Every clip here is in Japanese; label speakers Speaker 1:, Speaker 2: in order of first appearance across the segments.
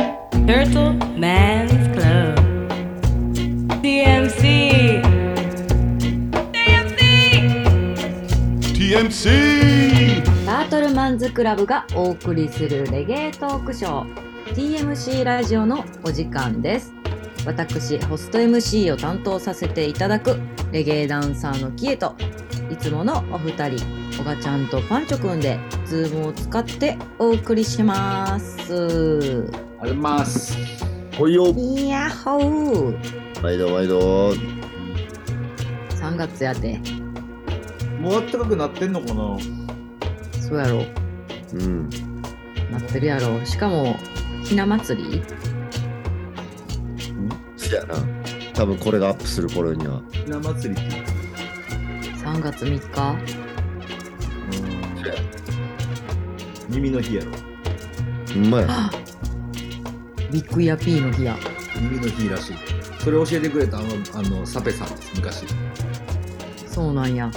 Speaker 1: Turtle Man's Club. DMC. DMC.
Speaker 2: TMC
Speaker 3: タートルマンズクラブがお送りするレゲエトークショー TMC ラジオのお時間です私ホスト MC を担当させていただくレゲエダンサーのキエといつものお二人おがちゃんとパンチョくんでズームを使ってお送りします
Speaker 4: あります。
Speaker 5: ほいよ
Speaker 3: いやっほー
Speaker 5: 毎度毎度
Speaker 3: 3月やて
Speaker 4: もう暖かくなってんのかな
Speaker 3: そうやろ
Speaker 5: うん
Speaker 3: なってるやろしかもひな祭り
Speaker 5: そやな多分これがアップする頃には
Speaker 4: ひな祭りって。
Speaker 3: 3月3日
Speaker 4: うん。耳の日やろ。
Speaker 5: うまい
Speaker 3: あビッグやピーの日や
Speaker 4: 耳の日らしい。それ教えてくれたあの、あの、サペさんです、昔。
Speaker 3: そうなんや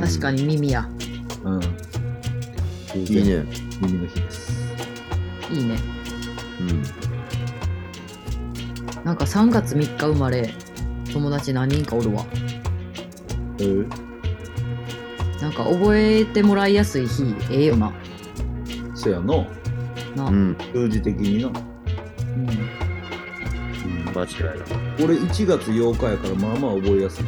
Speaker 3: 確かに耳や、
Speaker 4: うん。うん。
Speaker 5: にいいね
Speaker 4: 耳の日です。
Speaker 3: いいね
Speaker 5: うん
Speaker 3: なんか3月3日生まれ友達何人かおるわ
Speaker 4: えー、
Speaker 3: なんか覚えてもらいやすい日ええよな
Speaker 4: そやの、
Speaker 3: な、
Speaker 5: うん
Speaker 4: 数字的にな。
Speaker 3: うん
Speaker 5: 間違いな
Speaker 4: 俺1月8日やから、まあまあ覚えやすい。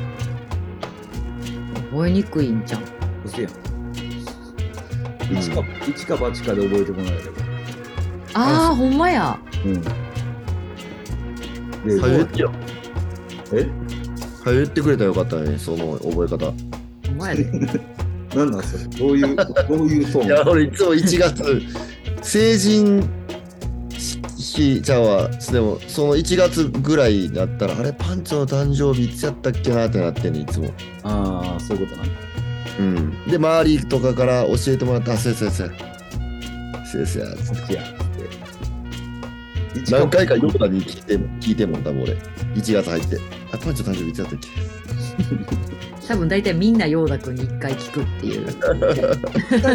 Speaker 3: 覚えにくいんじゃん
Speaker 4: 嘘やん。一か、一か八かで覚えてもらえれば。
Speaker 3: あーほんま や
Speaker 4: うん。
Speaker 5: いはゆ
Speaker 4: で、
Speaker 5: ってよ
Speaker 4: え
Speaker 5: はゆってくれたらよかったねその覚え方
Speaker 3: ほんまやで
Speaker 4: なんなんそれどういう、どういうトーン
Speaker 5: いや俺いつも1月 成人日ちゃうわでもその1月ぐらいだったらあれパンチョの誕生日いつやったっけなってなってんねいつも
Speaker 4: ああ、そういうことな。
Speaker 5: うんで周りとかから教えてもらってあ先生先生先生
Speaker 4: そっちや。一
Speaker 5: 何回かヨーダに聞いても聞いてもん多分俺1月入ってあパンチョ誕生日いつだったっけ
Speaker 3: 多分大体みんなヨーダくんに1回聞くっていう
Speaker 4: 覚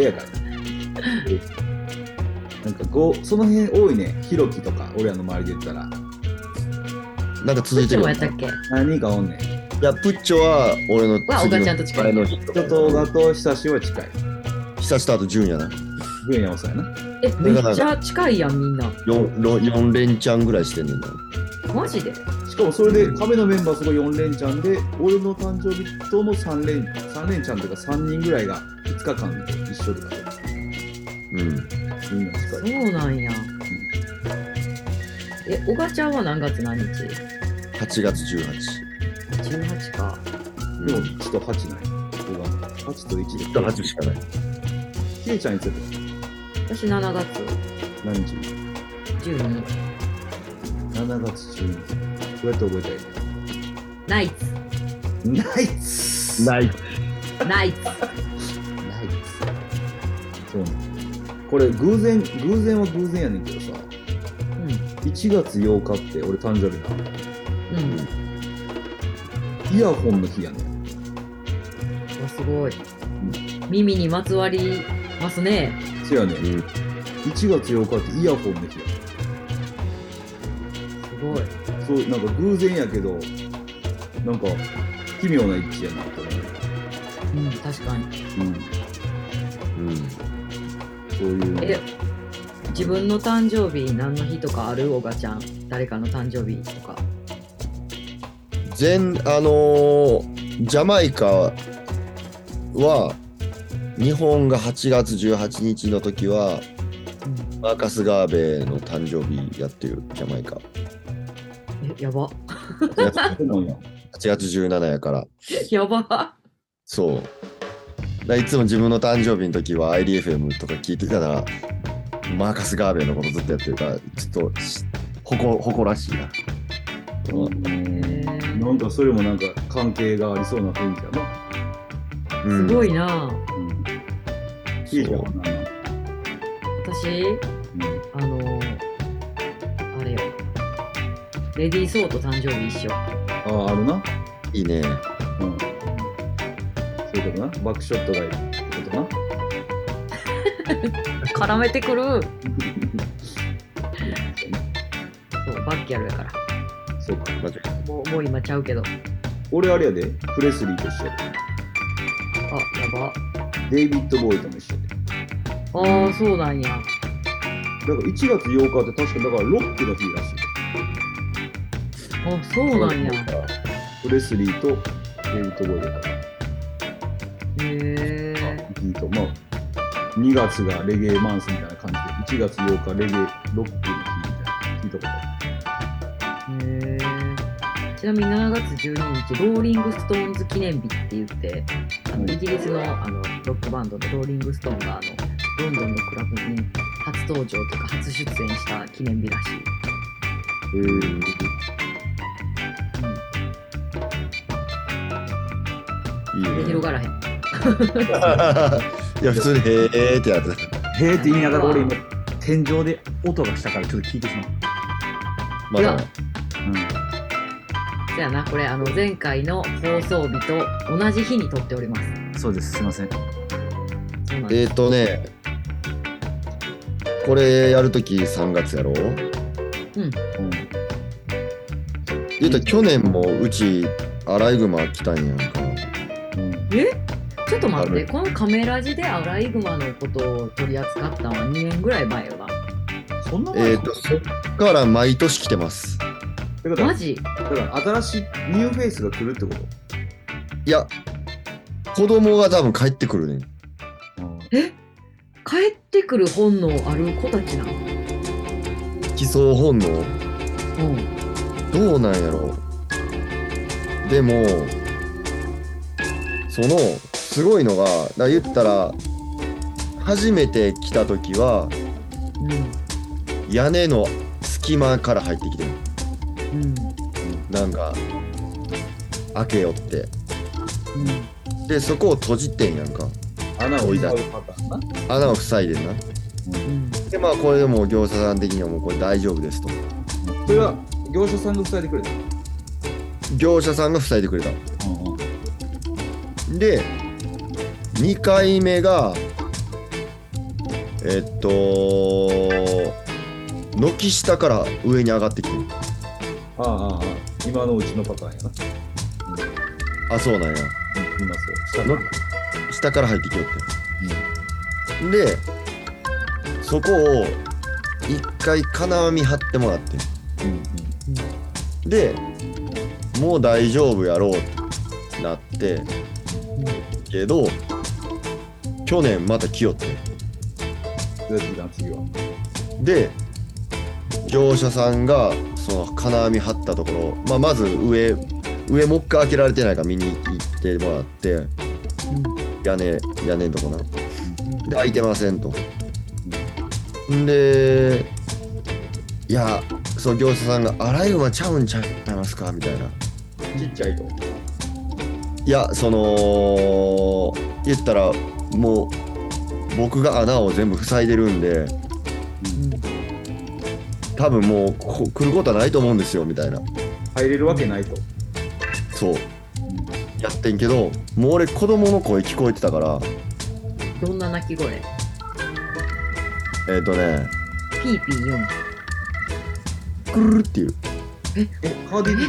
Speaker 4: えやから。なんかこう、その辺多いね。ひろきとか、俺らの周りで言ったら。
Speaker 5: なんか続
Speaker 3: ど
Speaker 5: い
Speaker 3: っ
Speaker 5: て
Speaker 3: ち
Speaker 5: る
Speaker 3: も
Speaker 5: わ
Speaker 3: や
Speaker 5: い
Speaker 3: ったっけ
Speaker 4: 何人かおんねん。
Speaker 5: やプッチョは俺の
Speaker 3: は
Speaker 5: 次
Speaker 3: おが
Speaker 5: の
Speaker 3: ちゃんと近い
Speaker 5: 前の日
Speaker 4: 人とがと親しは近い。
Speaker 5: 久しとあと順やな
Speaker 4: 分野もそうやな。
Speaker 3: えめっちゃ近いやんみんな
Speaker 5: 4, 4連チャンぐらいしてんねんな
Speaker 3: マジで
Speaker 4: しかもそれで、壁のメンバーすごい4連チャンで、俺の誕生日との3連、3連チャンというか3人ぐらいが5日間で一緒とかで、
Speaker 5: うん
Speaker 4: みんな
Speaker 3: そ
Speaker 4: 近い。
Speaker 3: うなんやえ小賀ちゃんは何月何日
Speaker 5: 8月18
Speaker 3: 18か
Speaker 5: うん
Speaker 4: でも1と8ない。僕は8と1で。
Speaker 5: 1と8しかない
Speaker 4: ひれちゃんについて
Speaker 3: 私7月
Speaker 4: 何日
Speaker 3: 12
Speaker 4: 7月中にどうやって覚えた
Speaker 3: ナ
Speaker 4: らい
Speaker 3: イツ
Speaker 4: いのナイツ
Speaker 5: ない
Speaker 3: ナイツ
Speaker 4: ナイツそうなのこれ偶然偶然は偶然やねんけどさ
Speaker 3: う
Speaker 4: 1月8日って俺誕生日なん
Speaker 3: うん
Speaker 4: イヤホンの日やねん
Speaker 3: わすごい、耳にまつわりますね
Speaker 4: せやねん
Speaker 5: うん
Speaker 4: 1月8日ってイヤホンの日やね
Speaker 3: すごい
Speaker 4: んそうなんか偶然やけどなんか奇妙な一致やなと思
Speaker 3: うん確かに
Speaker 4: う、うん、
Speaker 5: うん
Speaker 4: そういうの
Speaker 3: え自分の誕生日何の日とかあるおがちゃん誰かの誕生日とか
Speaker 5: 全あのージャマイカは日本が8月18日の時はマーカス・ガーベの誕生日やってるジャマイカ
Speaker 3: えやば
Speaker 4: そうなんや
Speaker 5: 8月17やから
Speaker 3: やば
Speaker 5: そうだからいつも自分の誕生日の時は IDFM とか聞いてたらマーカス・ガーベのことずっとやってるからちょっとし誇誇らしいな
Speaker 3: ー
Speaker 4: なんかそれもなんか関係がありそうな雰囲気やな。
Speaker 5: う
Speaker 3: す
Speaker 5: ん
Speaker 3: ごいな、
Speaker 4: うん。
Speaker 5: そう
Speaker 4: いいじゃんこんなの
Speaker 3: 私あのー、あれよレディー・ソーと誕生日一緒
Speaker 4: うん、ああ、あるな。
Speaker 5: いいね
Speaker 4: うん。そういうことな。バックショットがいいってことな。
Speaker 3: 絡めてくるバッキャロやから。
Speaker 4: そうか。
Speaker 5: 間違えた
Speaker 3: もうもう今ちゃうけど。
Speaker 4: 俺あれやで、プレスリーと一緒や
Speaker 3: あ、やば。
Speaker 4: で。デイビッド・ボーイとも一緒やで。
Speaker 3: ああ、そうなんや。
Speaker 4: だから1月8日って確かだからロックの日らしい。
Speaker 3: あ、そうなんや。へ
Speaker 4: プレスリーとデイビッド・ボーイやから。
Speaker 3: え。
Speaker 4: いいと思う。2月がレゲエマンスみたいな感じで、1月8日レゲエロックの日みたいな聞いたことあ
Speaker 3: へえ。ちなみに7月12日、ローリング・ストーンズ記念日って言って、あの
Speaker 4: うん
Speaker 3: イギリスのあのロックバンドのローリング・ストーンがあのロンドンのクラブに初登場とか初出演した記念日らしい。
Speaker 4: る。へー
Speaker 5: いいね
Speaker 3: で広がらへん。
Speaker 5: いや普通に「へえ」ってやつ
Speaker 2: へーって言いながら俺今天井で音がしたからちょっと聞いてしまう。
Speaker 5: まだ
Speaker 2: う
Speaker 3: そやな、これあの前回の放送日と同じ日に撮っております。
Speaker 2: ん、そうです。すいません。
Speaker 3: そうなん
Speaker 5: え
Speaker 3: で
Speaker 5: っ、ー、とねこれやるとき3月やろ
Speaker 3: す。うん。
Speaker 4: うん
Speaker 5: 言うたら去年もうちアライグマ来たんやんか
Speaker 4: うん
Speaker 3: えちょっと待っ
Speaker 5: あ
Speaker 3: て、
Speaker 5: る
Speaker 3: このカメラ字でアライグマのことを取り扱ったのは2年ぐらい前よな。
Speaker 4: そんな前
Speaker 5: えっ、ー、とそっから毎年来てます
Speaker 4: てことは
Speaker 3: マジ
Speaker 4: だから新しいニューフェイスが来るってこと
Speaker 5: いや子供が多分帰ってくるね
Speaker 3: 帰ってくる本能ある子たちなの
Speaker 5: 帰巣本能
Speaker 3: うん。
Speaker 5: どうなんやろでもそのすごいのがだから言ったら初めて来た時は
Speaker 3: う
Speaker 5: 屋根の隙間から入ってきてる
Speaker 3: ん。うん。
Speaker 5: なんか開けよってでそこを閉じてんやんか
Speaker 4: 穴を
Speaker 5: 追
Speaker 4: 追
Speaker 5: い
Speaker 4: い
Speaker 5: 出
Speaker 4: 出
Speaker 5: す
Speaker 4: すパターンな。
Speaker 5: 穴を塞いでんな
Speaker 3: うん。
Speaker 5: でまあこれでもう業者さん的にはもうこれ大丈夫ですと
Speaker 4: それは業者さんが伝えてくれた。
Speaker 5: 業者さんが塞いでくれたで2回目がえっと軒下から上に上がってきてる
Speaker 4: ああああああ今のうちのパターンやな。
Speaker 5: あそうなんや
Speaker 4: うんいますよ。下
Speaker 5: の下から入ってきよって、でそこを一回金網張ってもらって
Speaker 4: うんうん
Speaker 5: でもう大丈夫やろうってなってけど去年また来よって
Speaker 4: どうやって来たん次は。
Speaker 5: で業者さんがその金網張ったところ、まあ、まず上上もう一回開けられてないか見に行ってもらって、屋根屋根のとこなで開いてませんと、ん、でいやそう業者さんが「アライグマちゃうんちゃいますか?」みたいな
Speaker 4: ちっちゃいと。
Speaker 5: いやその言ったらもう僕が穴を全部塞いでるんで多分もうこ来ることはないと思うんですよみたいな
Speaker 4: 入れるわけないと。
Speaker 5: そうやってんけどもう俺子供の声聞こえてたから
Speaker 3: どんな鳴き声
Speaker 5: えっ、とね
Speaker 3: ピーピー言うん
Speaker 5: くるるっていう
Speaker 4: え、カーディビ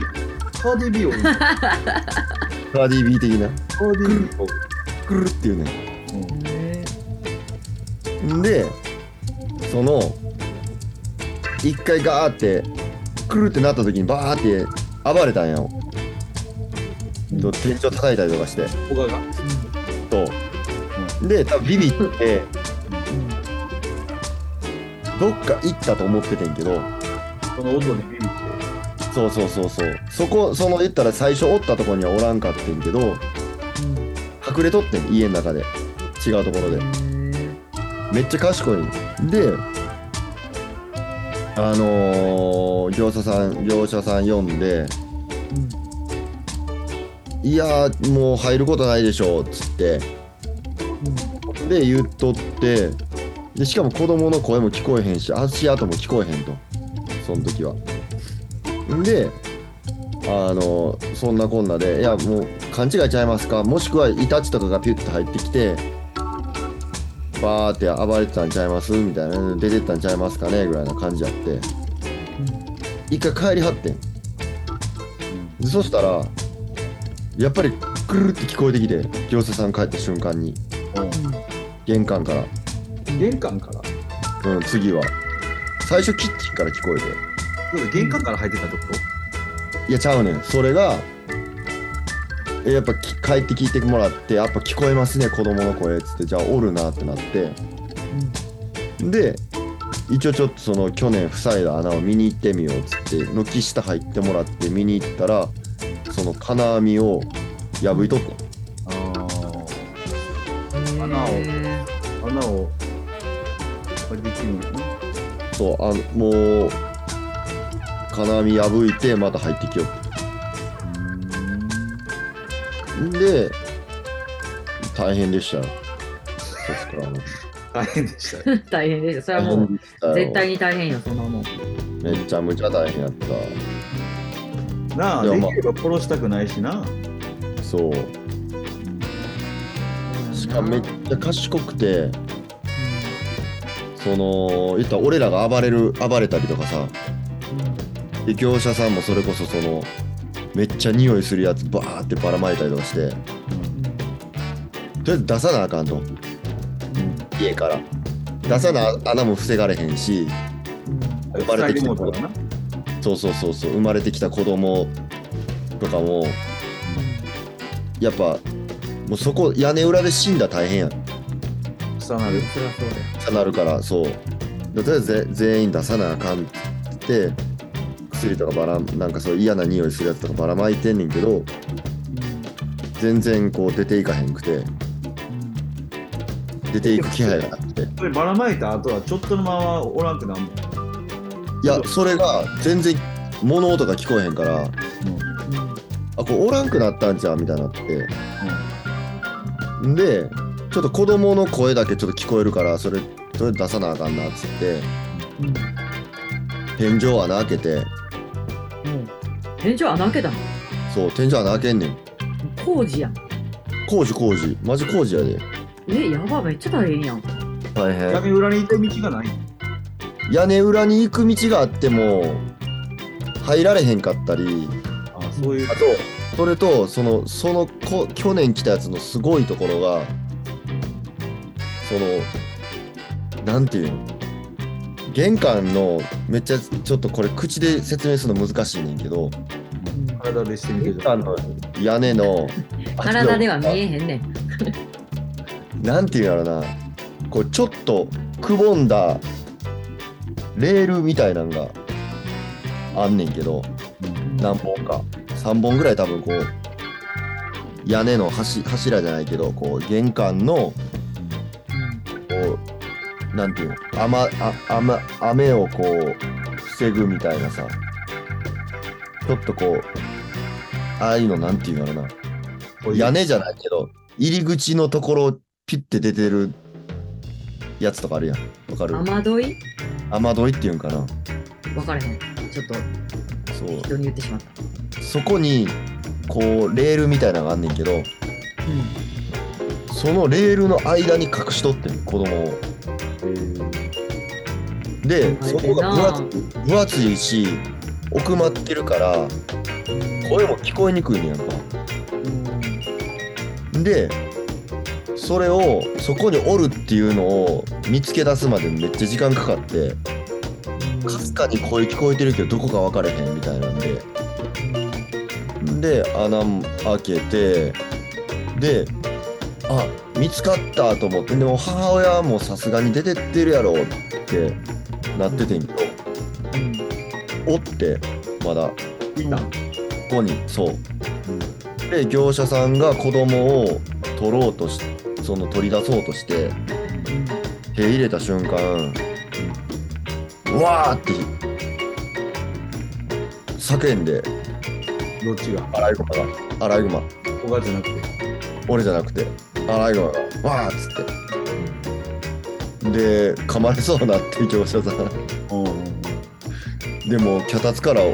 Speaker 4: カーディビを言うの。カ
Speaker 5: カーディビー的な
Speaker 4: ーディビを。
Speaker 5: くるるっていうね
Speaker 4: うん
Speaker 5: んでその一回ガーってくるってなった時にバーって暴れたんやと天井叩いたりとかして
Speaker 4: 小川が。
Speaker 5: と、で多分ビビってどっか行ったと思っててんけど
Speaker 4: この音にビビって。
Speaker 5: そうそうそうそうそこその言ったら最初おったとこにはおらんかってんけど隠れとってん家の中で違うところでめっちゃ賢いんであのー業者さん業者さん読んで「いやーもう入ることないでしょ」っつってで言っとってでしかも子供の声も聞こえへんし足跡も聞こえへんとその時はであのそんなこんなでいやもう勘違いちゃいますかもしくはイタチとかがピュッと入ってきてバーって暴れてたんちゃいますみたいな出てったんちゃいますかねぐらいな感じやって一回帰りはってんでそしたらやっぱりくるるって聞こえてきて行政さん帰った瞬間に玄関から
Speaker 4: 玄関から
Speaker 5: うん、次は。最初キッチンから聞こえて。
Speaker 4: どうぞ玄関から入ってたとこ
Speaker 5: いや、ちゃうねん。それが、えやっぱき帰って聞いてもらって、やっぱ聞こえますね、子供の声っつって、じゃあおるなってなって。で、一応ちょっとその去年塞いだ穴を見に行ってみようっつって、軒下入ってもらって見に行ったら、その金網を破いとった。
Speaker 4: あ
Speaker 3: 穴
Speaker 4: をあ穴をこれできるのね
Speaker 5: そう、あの、もう、金網破いて、また入ってきようで、大変でしたよ。そっからの
Speaker 4: 大変でしたよ
Speaker 3: 大変ですよ。それはもう絶対に大変よ、そんなもん。
Speaker 5: めっちゃむちゃ大変やっ
Speaker 4: なあ
Speaker 5: いや
Speaker 4: で
Speaker 5: まあ
Speaker 4: きれば殺したくないしな
Speaker 5: た。そう。しかもめっちゃ賢くて、その、言ったら俺らが暴れる、暴れたりとかさ、で業者さんもそれこそその、めっちゃ匂いするやつバーってばらまいたりとかして、とりあえず出さなあかんと。家から。出さな穴も防がれへんし、生まれてきて
Speaker 4: 塞いでも
Speaker 5: も
Speaker 4: うたらな
Speaker 5: そうそうそうそう生まれてきた子供とかもやっぱもうそこ屋根裏で死んだら大変やん
Speaker 4: 草なる
Speaker 1: そりゃそうだよ。
Speaker 5: なるからそうでとりあえずぜ全員出さなあかんって言って薬とかばらなんかそう嫌な匂いするやつとかばらまいてんねんけど全然こう出ていかへんくて出ていく気配がなくて
Speaker 4: そればらまいた後はちょっとのままおらんくなんもん
Speaker 5: いやそれが全然物音が聞こえへんからあこうおらんくなったんじゃんみたいになってでちょっと子供の声だけちょっと聞こえるからそれそれ出さなあかんなっつって天井穴開けて
Speaker 3: 天井穴開けたの
Speaker 5: そう天井穴開けんねん
Speaker 3: 工事やん。
Speaker 5: 工事工事マジ工事やで
Speaker 3: え、やば、めっちゃ大変やん。
Speaker 5: 大
Speaker 4: 屋根裏に行く道がない
Speaker 5: 屋根裏に行く道があっても入られへんかったり
Speaker 4: あそういう
Speaker 5: あとそれとそのそのこ去年来たやつのすごいところがそのなんていうの玄関のめっちゃちょっとこれ口で説明するの難しいねんけど
Speaker 4: 体でしてみて
Speaker 5: 玄
Speaker 4: る
Speaker 5: 関の屋根の
Speaker 3: 体では見えへんねん。
Speaker 5: なんていうんやろなこうちょっとくぼんだレールみたいなんがあんねんけど何本か3本ぐらい多分こう屋根の柱柱じゃないけどこう玄関のこうなんていうの雨あ雨雨をこう防ぐみたいなさちょっとこうああいうのなんていうのかな屋根じゃないけど入り口のところピュッて出てるやつとかあるやんわかる
Speaker 3: 雨どい
Speaker 5: 雨どいっていうんかな
Speaker 3: 分からへん。ちょっと
Speaker 5: そう
Speaker 3: 人に言ってしまった。
Speaker 5: そこにこうレールみたいなのがあんねんけどそのレールの間に隠しとってん子供をでそこが分厚分厚いし奥まってるから声も聞こえにくいねんやんかでそれをそこにおるっていうのを見つけ出すまでめっちゃ時間かかってかすかに声聞こえてるけどどこか分かれへんみたいなんでで穴開けてであ見つかったと思ってでも母親もさすがに出てってるやろってなっててんけどおってまだ
Speaker 4: いた
Speaker 5: ここにそう、で業者さんが子供を取ろうとしその取り出そうとして手入れた瞬間うわーって叫んで
Speaker 4: どっちが
Speaker 5: アライグマがアライグマ
Speaker 4: 小川じゃなくて
Speaker 5: 俺じゃなくてアライグマがわーっつってで噛まれそうになって業者さん
Speaker 4: うんうん
Speaker 5: でも脚立からも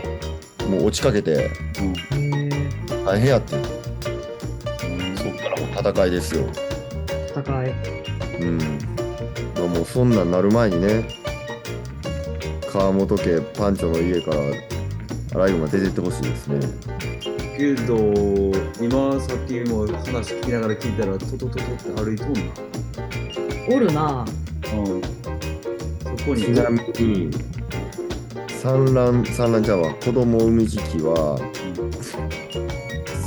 Speaker 5: う落ちかけて大変やってそっからもう戦いですよ
Speaker 3: 高い。
Speaker 5: うん、まあ、もうそんなんなる前にね川本家パンチョの家からアライグマ出てってほしいですね。
Speaker 4: けど、今さっきも話聞きながら聞いたら、トトトトって歩いとん
Speaker 3: おるな
Speaker 4: な。うん。そこに。
Speaker 5: ちなみに、産卵、産卵ちゃうわ、子供を産む時期は、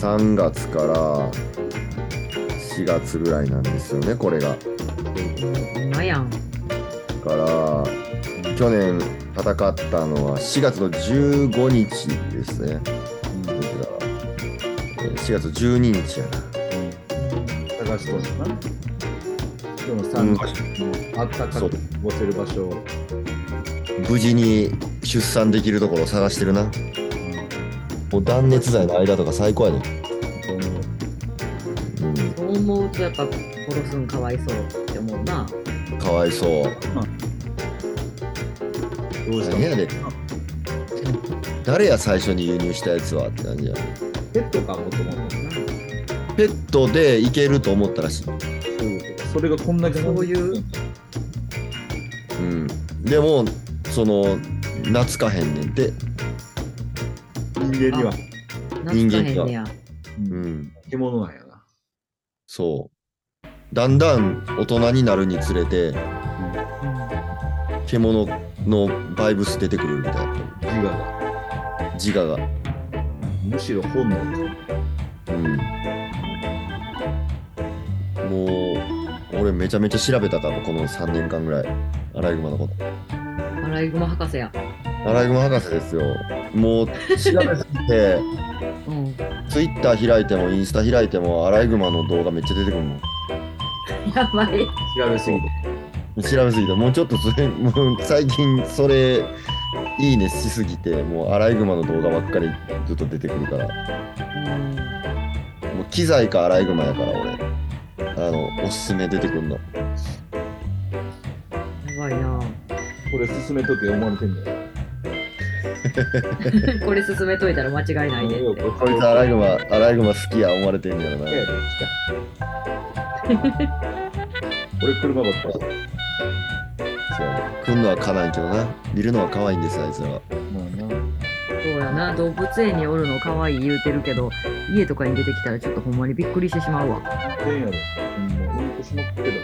Speaker 5: 3月から4月ぐらいなんですよね、これが。
Speaker 3: 今やん
Speaker 5: だから、去年戦ったのは4月の15日ですね。だからえー4月12日やな。
Speaker 4: 探しとんのかな。でも
Speaker 5: う
Speaker 4: 三
Speaker 5: ん
Speaker 4: 月のあったか
Speaker 5: そう
Speaker 4: く干せる場所を。
Speaker 5: 無事に出産できるところを探してるな。もう断熱材の間とか最高やね。う、
Speaker 3: そう思うとやっぱ殺すんかわいそうって思うなん
Speaker 5: かわいそう。
Speaker 4: どうした
Speaker 5: 何やねん誰や最初に輸入したやつはって感じやね
Speaker 4: ペットかもと思ったな。
Speaker 5: ペットでいけると思ったらしい、
Speaker 4: そういうことそれがこんだけ
Speaker 3: そういう
Speaker 5: うん、でもその懐かへんねんて、
Speaker 4: 人間には
Speaker 3: 懐かへんねや
Speaker 5: うん、
Speaker 4: 獣なんやな。
Speaker 5: そうだんだん大人になるにつれて獣のバイブス出てくるみたいな
Speaker 4: 自我が。
Speaker 5: 自我が、
Speaker 4: むしろ本能か。
Speaker 5: うん、もう俺めちゃめちゃ調べたからこの3年間ぐらいアライグマのこと
Speaker 3: アライグマ博士や
Speaker 5: アライグマ博士ですよもう調べすぎて
Speaker 3: うん
Speaker 5: ツイッター開いてもインスタ開いてもアライグマの動画めっちゃ出てくるもん。
Speaker 3: やばい
Speaker 4: 調べすぎて。
Speaker 5: 調べすぎて、もうちょっとそれ、 もう最近それ、いいねしすぎて、もうアライグマの動画ばっかりずっと出てくるから、
Speaker 3: うん
Speaker 5: もう機材かアライグマやから俺、あの、おすすめ出てくるの。
Speaker 3: やばいな
Speaker 4: これ進めとけ思われてんだよ。
Speaker 3: これ進めといたら間違いないねって
Speaker 5: こいつアライグマ、アライグマ好きや思われてんねやろな。
Speaker 4: 俺車ばっかり。
Speaker 5: そうやね来んのはかないけどな。見るのは可愛いんです、あいつらは。
Speaker 4: まあ
Speaker 3: そうやな動物園におるの可愛い言うてるけど家とかに出てきたらちょっとほんまにびっくりしてしまうわ
Speaker 4: な。変やろ。うん、うんこしまくってた。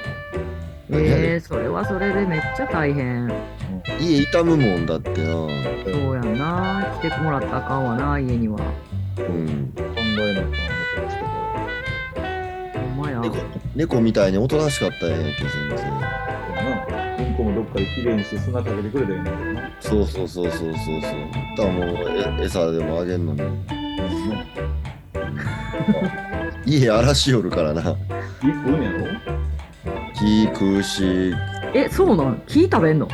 Speaker 3: えー、それはそれでめっちゃ大変
Speaker 5: 家痛むもんだってな。う
Speaker 3: そうやんな来てもらったらあかんわな家には
Speaker 5: ん。
Speaker 4: 考えなきゃ思ってた
Speaker 3: ほんまや
Speaker 5: 猫猫みたいにおとなしかったんやけど、全然。
Speaker 4: けどな。うんこもどっかで綺麗にして砂かけてくれたらいいんだけどな。
Speaker 5: そうそうそうそうそうそう。だからもうえ餌でもあげんのに。家荒らしよるからな。
Speaker 4: 一分やろ
Speaker 5: 木食うし、
Speaker 3: えそうなん木食べんの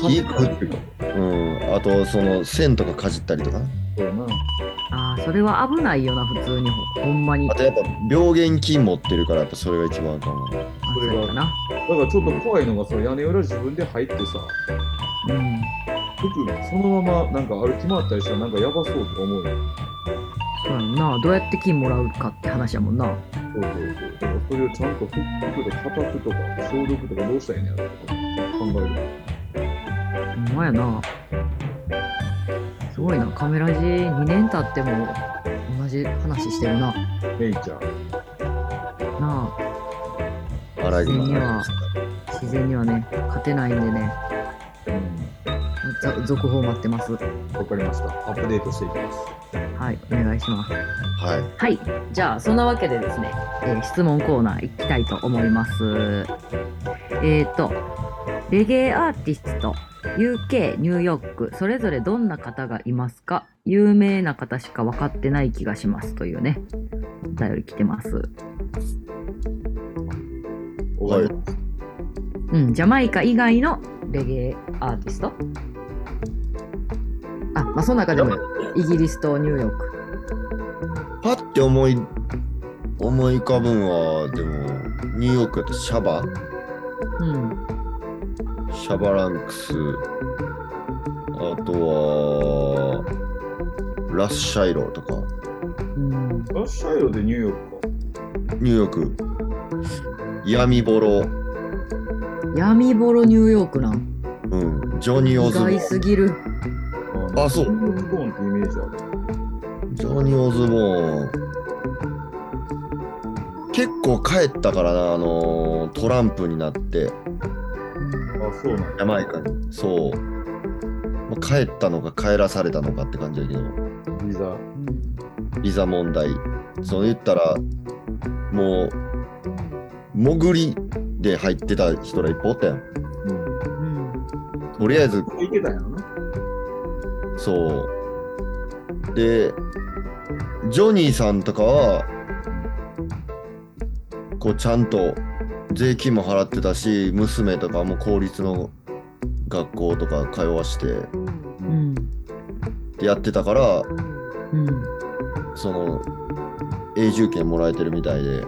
Speaker 5: 木食って
Speaker 4: か。
Speaker 5: うん。あとその線とかかじったりとかな。
Speaker 4: そうやな。
Speaker 3: あーそれは危ないよな普通にほほんまに
Speaker 5: あとやっぱ病原菌持ってるからやっぱそれが一番あかんわ。
Speaker 3: あ
Speaker 4: これが
Speaker 3: そうやな
Speaker 4: だからちょっと怖いのが、その屋根裏自分で入ってさ、
Speaker 3: うん
Speaker 4: 服そのままなんか歩き回ったりしたらなんかやばそうとか思うよ。
Speaker 3: そうやんなどうやって金もらうかって話やもんな
Speaker 4: そうそうそう。だからそれをちゃんと服服で叩くとか消毒とかどうしたらいいんやろとか考える。
Speaker 3: ほんまやなすごいなカメラ時2年経っても同じ話してるな
Speaker 4: メイちゃん。
Speaker 3: なあ
Speaker 5: アライグマ
Speaker 3: いや自然にはね勝てないんでね
Speaker 4: うん
Speaker 3: ざ続報待ってます
Speaker 4: わかりました。アップデートしていきます。
Speaker 3: はいお願いします
Speaker 5: はい。
Speaker 3: はいじゃあそんなわけでですね、えー質問コーナー行きたいと思いますえっ、ー、とレゲエアーティスト UK ニューヨークそれぞれどんな方がいますか有名な方しか分かってない気がしますというねお便り来てます
Speaker 4: おはよ
Speaker 3: うん、ジャマイカ以外のレゲエアーティストあ、まあ、その中でもイギリスとニューヨーク。
Speaker 5: パッて思い、思い浮かぶんは、でも、ニューヨークやったらシャバ
Speaker 3: うん。
Speaker 5: シャバランクス。あとは、ラッシャイロとか。
Speaker 3: うん、
Speaker 4: ラッシャイロでニューヨークか。
Speaker 5: ニューヨーク。闇ボロ。
Speaker 3: 闇ボロニューヨークなん。
Speaker 5: うん。ジョニー・オ
Speaker 3: 意
Speaker 5: ズボー
Speaker 3: 外
Speaker 5: ン。
Speaker 3: すぎる。
Speaker 4: あー
Speaker 5: あ、そう
Speaker 4: ジョ。ニーボーンってイメージある。
Speaker 5: ジョニー・オズボーン。結構帰ったからな、あのートランプになって、
Speaker 4: あ、そうなんだ。
Speaker 5: ジャマイカに。そう。まあ帰ったのか帰らされたのかって感じだけど、
Speaker 4: ビザ。
Speaker 5: ビザ問題。そう言ったら、もう、潜りで入ってた人らいっぱいおったやん。
Speaker 4: うん。
Speaker 5: とりあえず、
Speaker 4: 行けたんやろな。
Speaker 5: そう。で、ジョニーさんとかは、こうちゃんと税金も払ってたし、娘とかも公立の学校とか通わして
Speaker 3: うん
Speaker 5: でやってたから、
Speaker 3: うん
Speaker 5: その永住権もらえてるみたいで、
Speaker 3: う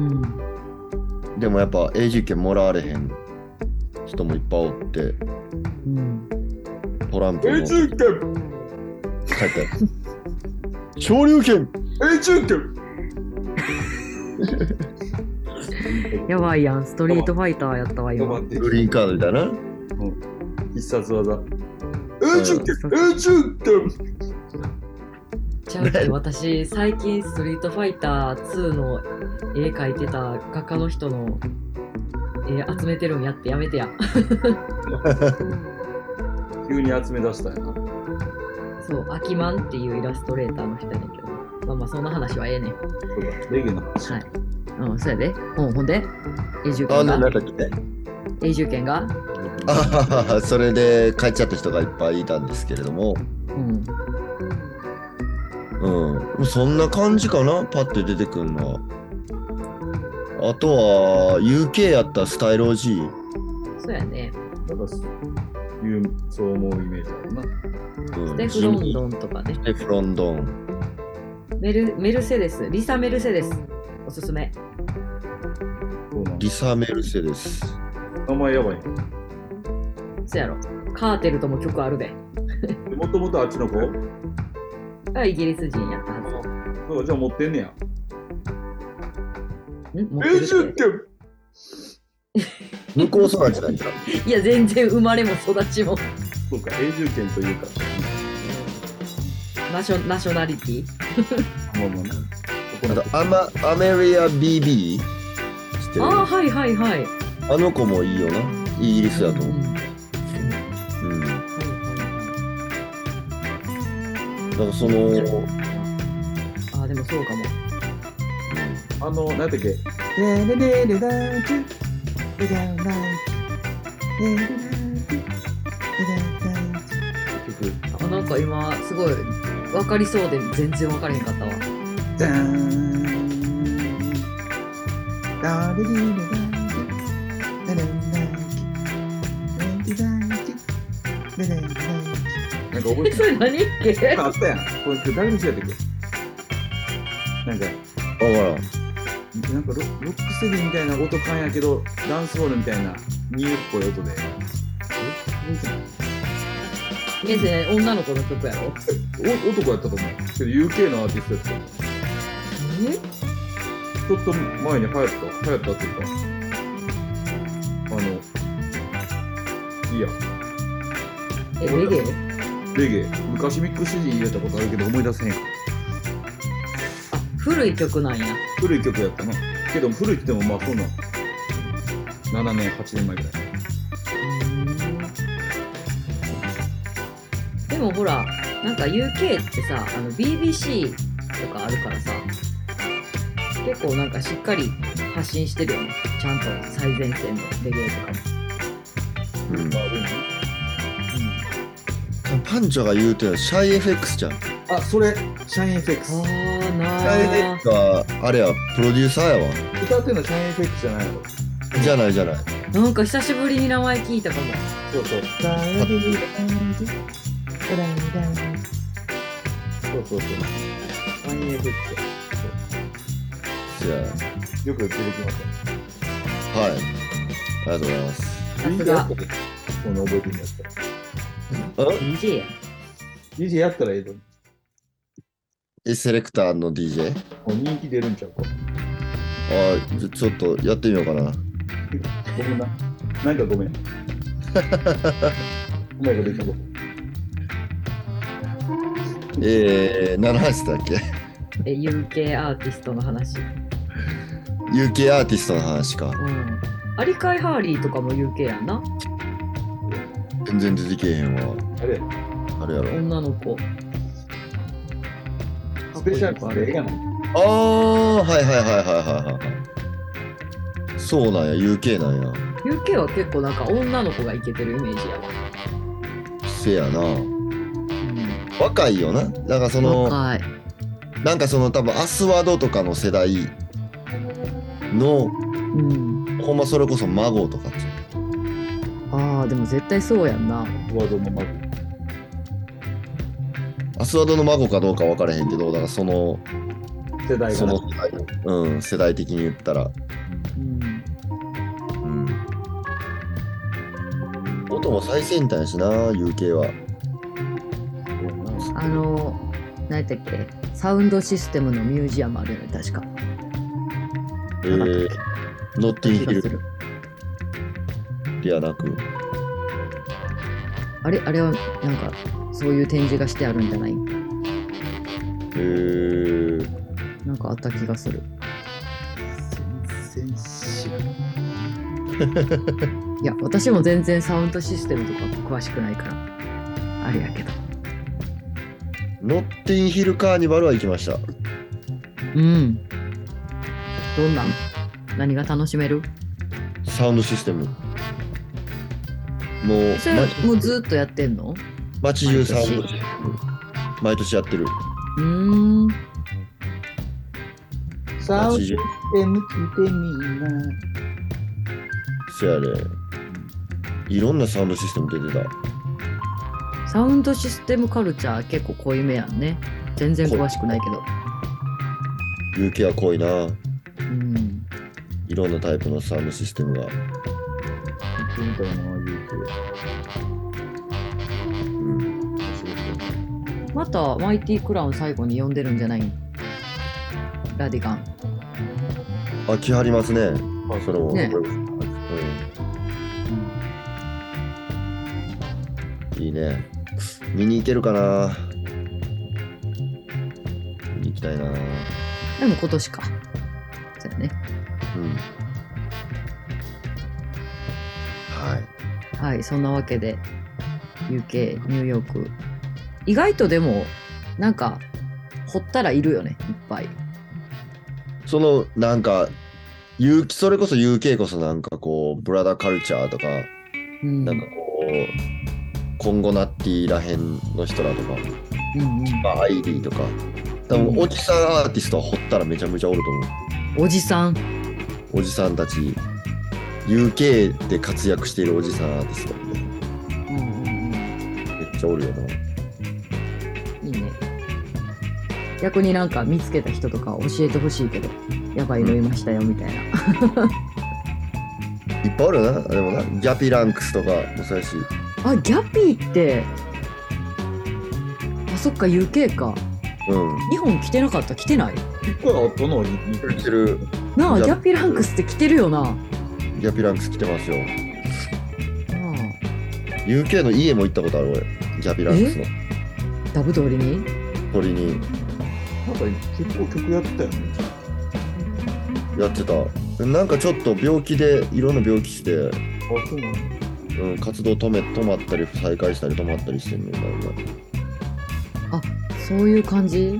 Speaker 3: ん
Speaker 5: でもやっぱ永住権もらわれへん人もいっぱいおって、
Speaker 3: うん
Speaker 5: トランプ
Speaker 4: 永
Speaker 5: も
Speaker 4: 住権
Speaker 5: 書いてある。昇竜拳
Speaker 4: 永住権
Speaker 3: やばいやんストリートファイターやったわ今
Speaker 4: って
Speaker 5: グリーンカードみたいな。
Speaker 4: 必殺技。永住権永住権
Speaker 3: ちゃうけど私最近ストリートファイター2の絵描いてた画家の人の絵集めてるんやってやめてや
Speaker 4: 急に集め出したんやな。
Speaker 3: そうアキマンっていうイラストレーターの人やねんけどまあまあそんな話はええねんは
Speaker 4: そうだ、レゲの話。
Speaker 3: いうんそうやでうんほんで永住
Speaker 5: あ、
Speaker 3: 権
Speaker 5: なな
Speaker 3: が
Speaker 5: んか来て。
Speaker 3: 永住権が
Speaker 5: あははは それで帰っちゃった人がいっぱいいたんですけれども、
Speaker 3: うん
Speaker 5: うん、そんな感じかな、パッて出てくるのは。あとは、UK やったらスタイロー G。
Speaker 3: そうやね
Speaker 4: だから、いう、そう思うイメージあるな。
Speaker 5: うん、
Speaker 3: ステフロンドンとかね
Speaker 5: ジミーステフロンドン。
Speaker 3: メルメルセデスリサ・メルセデスおすすめ
Speaker 4: そうなん
Speaker 5: リサ・メルセデス。
Speaker 4: 名前やばい。
Speaker 3: そうやろカーテルとも曲あるで
Speaker 4: もともとあっちの子
Speaker 3: あイギリス人やったはず
Speaker 4: そうじゃあ持ってんねや。
Speaker 3: ん持ってるっ
Speaker 4: 永
Speaker 3: て
Speaker 4: 住
Speaker 5: 向
Speaker 4: 権
Speaker 5: こう育ちなんだ。
Speaker 3: いや、全然生まれも育ちも。
Speaker 4: そうか、永住権というか。
Speaker 3: ナショナショナリティ
Speaker 4: まあまあね。
Speaker 5: あとアマ、アメリア・ BB。知ってる
Speaker 3: ああ、
Speaker 5: あ
Speaker 3: はいはいはい。
Speaker 5: の子もいいよな。イギリスだと
Speaker 3: う
Speaker 5: 思
Speaker 3: ん
Speaker 5: う。うん。だからその、
Speaker 3: ああ、でもそうかも。
Speaker 4: あの、なんだっけ曲。
Speaker 3: あなんか今、すごい、分かりそうで全然分からへんかったわ。
Speaker 4: なんか覚え て
Speaker 3: それ何っけ
Speaker 4: なんかあったやん。これ誰の人やったっけなんか、
Speaker 5: わからん。
Speaker 4: なんかロロックステディみたいな音感やけど、ダンスホールみたいな、ニューっぽい音で。
Speaker 3: え、それ女の子の曲やろ
Speaker 4: お男やったと思う。けど UK のアーティストやった。ちょっと前に流行った、流行ったっていうか、あの、いいや、
Speaker 3: ええ、レゲエ
Speaker 4: レゲエ、昔ミックス CD 入れたことあるけど思い出せへん。
Speaker 3: あ、古い曲なんや。
Speaker 4: 古い曲やったな。けど古いって言ってもまあそうなの。7年、8年前ぐらい。
Speaker 3: でもほら、なんか UK ってさ、あの BBC とかあるからさ、結構なんかしっかり発信してるよね。ちゃんと最前線のレゲエとかも。
Speaker 5: うん、パンチョが言うてるシャイ FX じゃん。シ
Speaker 4: あ、それ、シャインエフェクス。
Speaker 3: あー
Speaker 5: ャイ
Speaker 3: な
Speaker 5: FX はあれやプロデューサーやわ。
Speaker 4: 歌ってんのはシャインエフェクスじゃないの。
Speaker 5: じゃないじゃない。
Speaker 3: ーなんか久しぶりに名前聞いたかも。
Speaker 4: そうそう。そうそうそう。シャインエフェク
Speaker 5: じゃ
Speaker 4: ス。よく出てきました。
Speaker 5: あはい。ありがとうございます。
Speaker 3: さす
Speaker 4: DJ や
Speaker 3: が
Speaker 4: ったで。こんな覚えてるんやったら。
Speaker 3: DJ や。
Speaker 4: DJ やったらええと思
Speaker 5: えセレクターの DJ?
Speaker 4: う。もう人気出るんちゃうか。
Speaker 5: あじゃちょっとやってみようかな。
Speaker 4: ごめんな。なんかごめん。うまいこと言ったこと。
Speaker 5: えー、何の話だっけ
Speaker 3: え UK アーティストの話。
Speaker 5: ?UK アーティストの話か。
Speaker 3: うん。アリカイ・ハーリーとかも UK やんな。
Speaker 5: 全然出てけえへんわ。
Speaker 4: あれや
Speaker 5: あれやろ。
Speaker 3: 女の子。
Speaker 4: スペシャルあれ映画ない
Speaker 5: ああ、はいはいはいはいはいはい。そうなんや、UK なんや。
Speaker 3: UK は結構なんか女の子がイケてるイメージやわ。
Speaker 5: せやな。若いよな。だからその、
Speaker 3: 若い。
Speaker 5: なんかその多分アスワードとかの世代の、
Speaker 3: うん。
Speaker 5: ほんまそれこそ孫とかって
Speaker 3: ああ、でも絶対そうやんな。
Speaker 4: ワードのマグ
Speaker 5: アスワードの孫かどうか分からへんけど、だからその、
Speaker 4: 世代
Speaker 5: そ
Speaker 4: がな
Speaker 5: の、うん、世代的に言ったら、
Speaker 3: うん。
Speaker 5: うん。音も最先端やしな、UK は。
Speaker 3: あの、何やったっけサウンドシステムのミュージアムあるよね、確か。
Speaker 5: えー、ノッティンヒ
Speaker 3: 気がす
Speaker 5: ル
Speaker 3: る
Speaker 5: ではなく、
Speaker 3: あれあれはなんかそういう展示がしてあるんじゃない
Speaker 5: えー、
Speaker 3: なんかあった気がする。
Speaker 4: 先々週
Speaker 3: いや、私も全然サウンドシステムとか詳しくないから。あれやけど。
Speaker 5: ノッティンヒルカーニバルは行きました。
Speaker 3: うん。どんなん何が楽しめる
Speaker 5: サウンドシステム。もう、
Speaker 3: それ
Speaker 5: ま
Speaker 3: もうずっとやってんの
Speaker 5: 街中サウンドシステム。毎年やってる。
Speaker 3: うーん。
Speaker 4: サウンド
Speaker 5: 街
Speaker 4: シ
Speaker 5: 中。
Speaker 4: ステム聞いてみんな
Speaker 5: せやで。いろんなサウンドシステム出てた。
Speaker 3: サウンドシステムカルチャー結構濃いめやんね。全然詳しくないけど。
Speaker 5: UK は濃いな。
Speaker 3: うん。
Speaker 5: いろんなタイプのサウンドシステムが。
Speaker 4: 聞いてみたいな言うて
Speaker 5: うん、
Speaker 4: 面白そう
Speaker 3: またマイティクラウン最後に呼んでるんじゃないんラディガン。
Speaker 5: あ、来はりますね。
Speaker 4: あ
Speaker 5: それも。
Speaker 3: ね
Speaker 5: うんいいね。見に行けるかな見に行きたいな。う
Speaker 3: でも今年か。そうやね。
Speaker 5: ん。はい。
Speaker 3: はい、そんなわけで UK、ニューヨーク。意外とでも、なんか、ほったらいるよね、いっぱい。
Speaker 5: そのなんか、有機それこそ UK こそなんかこう、ブラダーカルチャーとか、
Speaker 3: うん
Speaker 5: なんかこう、今後なっていらへんの人らとか、
Speaker 3: うんうん
Speaker 5: まあ、アイリーとか、多分おじさんアーティストはほったらめちゃめちゃおると思う。
Speaker 3: おじさん。
Speaker 5: おじさんたち UK で活躍しているおじさんアーティストってめっちゃおるよない
Speaker 3: いね。逆になんか見つけた人とか教えてほしいけど、やばいのいましたよ、みたいな。
Speaker 5: いっぱいおるよなでもなギャピランクスとかもそうやし
Speaker 3: あ、ギャピーって、あ、そっか、UK か。
Speaker 5: うん
Speaker 3: 日本来てなかった来てない
Speaker 4: 一個は夫のに
Speaker 5: 来てる
Speaker 3: なあ、
Speaker 5: ギャ
Speaker 3: ギャピーランクスって来てるよな。あ
Speaker 5: ギャピランクス来てますよ
Speaker 3: あ
Speaker 5: UK の家も行ったことある俺ギャピランクスの
Speaker 3: ダブ通りに
Speaker 5: 鳥に
Speaker 4: なんか結構曲やってたよね
Speaker 5: やってたなんかちょっと病気でいろんな病気して、
Speaker 4: あそうなの
Speaker 5: うん、活動止め止まったり再開したり止まったりしてんのよな今
Speaker 3: そういう感じ
Speaker 5: う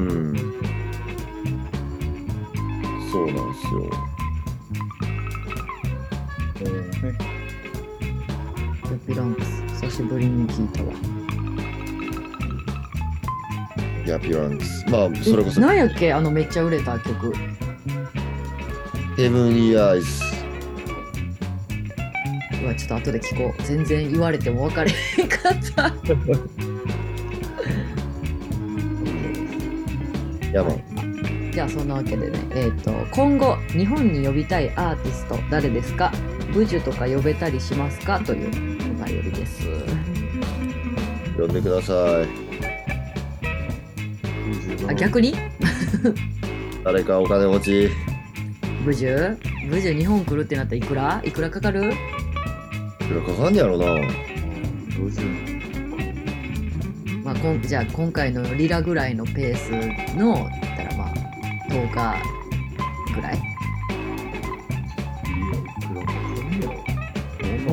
Speaker 5: んそうなんですよ
Speaker 3: ギャピランクス久しぶりに聞いたわ
Speaker 5: ギャピランクスまあそれこそ
Speaker 3: 何やっけあのめっちゃ売れた曲
Speaker 5: ヘブンリーアイス。
Speaker 3: うわちょっと後で聞こう全然言われても分かれへんかった
Speaker 5: やばい。
Speaker 3: じゃあそんなわけでねえっ、と今後日本に呼びたいアーティスト誰ですかブジュとか呼べたりしますかというお便りです
Speaker 5: 呼んでください。
Speaker 3: あ逆に
Speaker 5: 誰かお金持ち。
Speaker 3: ブジュブジュ日本来るってなったらいくらいくらかかる
Speaker 5: いくらかかんねやろな。
Speaker 4: 50
Speaker 3: まあこんじゃあ今回のリラぐらいのペースの言ったらまあ10日ぐらい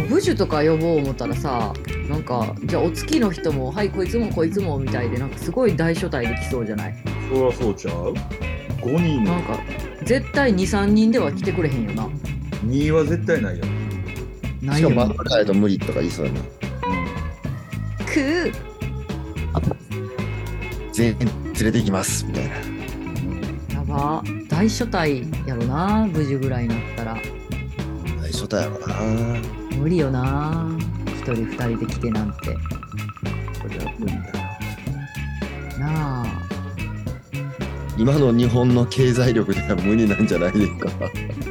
Speaker 3: ブジュとか呼ぼう思ったらさなんかじゃあお月の人も「はいこいつもこいつも」みたいでなんかすごい大所帯できそうじゃない
Speaker 2: そりゃそうちゃう
Speaker 4: ?5 人
Speaker 3: なんか絶対23人では来てくれへんよな
Speaker 4: 2は絶対ないよ。
Speaker 3: ない
Speaker 5: し
Speaker 3: よ
Speaker 5: か
Speaker 3: ね
Speaker 5: も真ん中やと無理とか言いそうやな。
Speaker 3: くー
Speaker 5: 全員連れて行きますみたいな。
Speaker 3: やば大所帯やろな無事ぐらいになったら
Speaker 5: 最初だよな。
Speaker 3: 無理よな一人二人で来てなんて
Speaker 4: これは無理だな
Speaker 3: なあ
Speaker 5: 今の日本の経済力では無理なんじゃないです か。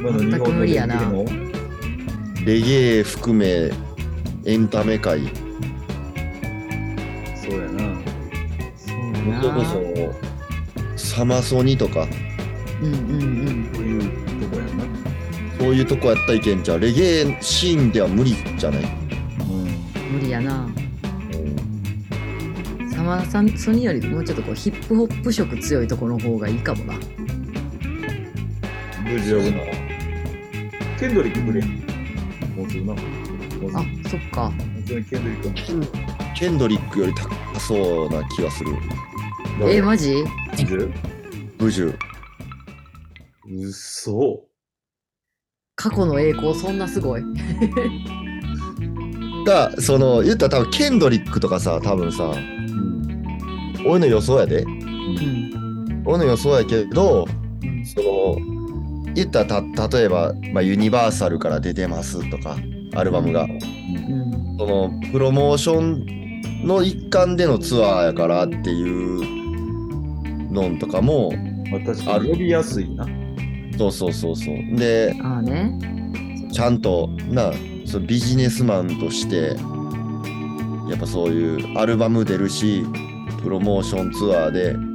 Speaker 4: まだ
Speaker 3: 全
Speaker 4: 日
Speaker 3: く
Speaker 4: 本
Speaker 3: 無
Speaker 4: の
Speaker 3: 理やな
Speaker 4: でも
Speaker 5: レゲエ含めエンタメ界、
Speaker 4: そうやな。
Speaker 3: そうや
Speaker 5: それ
Speaker 3: な
Speaker 5: こそサマソニとか、
Speaker 3: うんうんうん
Speaker 4: こういうとこやな。
Speaker 5: そういうとこやったらいけんじゃん。レゲエシーンでは無理じゃない。
Speaker 4: う。
Speaker 3: 無理やなサマーサンソニーよりもうちょっとこうヒップホップ色強いとこの方がいいかもなん
Speaker 4: 無事呼ぶなら。ケンドリックくれやん。もうすぐな。もうすぐ
Speaker 3: あそっか
Speaker 4: 本当にケンドリックは
Speaker 5: ケンドリックより高そうな気がする。
Speaker 3: えマジ
Speaker 4: ジで
Speaker 5: ブジュ。
Speaker 4: うそ
Speaker 3: 過去の栄光そんなすごい
Speaker 5: が、その、言ったら多分ケンドリックとかさ、多分さ、俺の予想やで。
Speaker 3: うん
Speaker 5: 俺の予想やけど、
Speaker 3: うん
Speaker 5: その、言ったらた例えば、まあ、ユニバーサルから出てますとか、アルバムが。
Speaker 3: うん
Speaker 5: そのプロモーションの一環でのツアーやからっていうのんとかも
Speaker 4: まあ確
Speaker 5: あ
Speaker 4: か
Speaker 5: る
Speaker 4: に呼びやすいな。
Speaker 5: そうそうそうそうで
Speaker 3: ああね
Speaker 5: ちゃんとなそのビジネスマンとしてやっぱそういうアルバム出るしプロモーションツアーで
Speaker 3: うん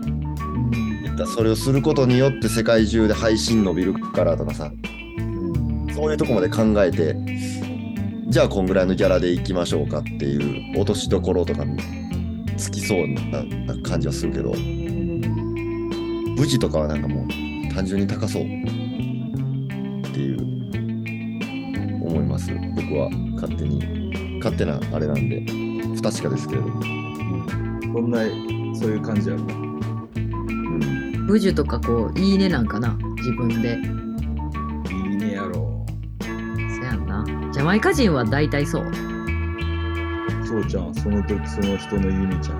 Speaker 5: いったそれをすることによって世界中で配信伸びるからとかさそういうとこまで考えてじゃあこんぐらいのギャラでいきましょうかっていう落としどころとかつきそうな感じはするけど無事とかはなんかもう単純に高そうっていう思います僕は勝手に勝手なあれなんで不確かですけれども、
Speaker 4: こんな、そういう感じやろな。
Speaker 5: うん、
Speaker 3: ブジュとかこういいねなんかな自分で
Speaker 4: いいねやろ。
Speaker 3: そやんなジャマイカ人は大体そう
Speaker 4: そうちゃん、その時その人のユニちゃん。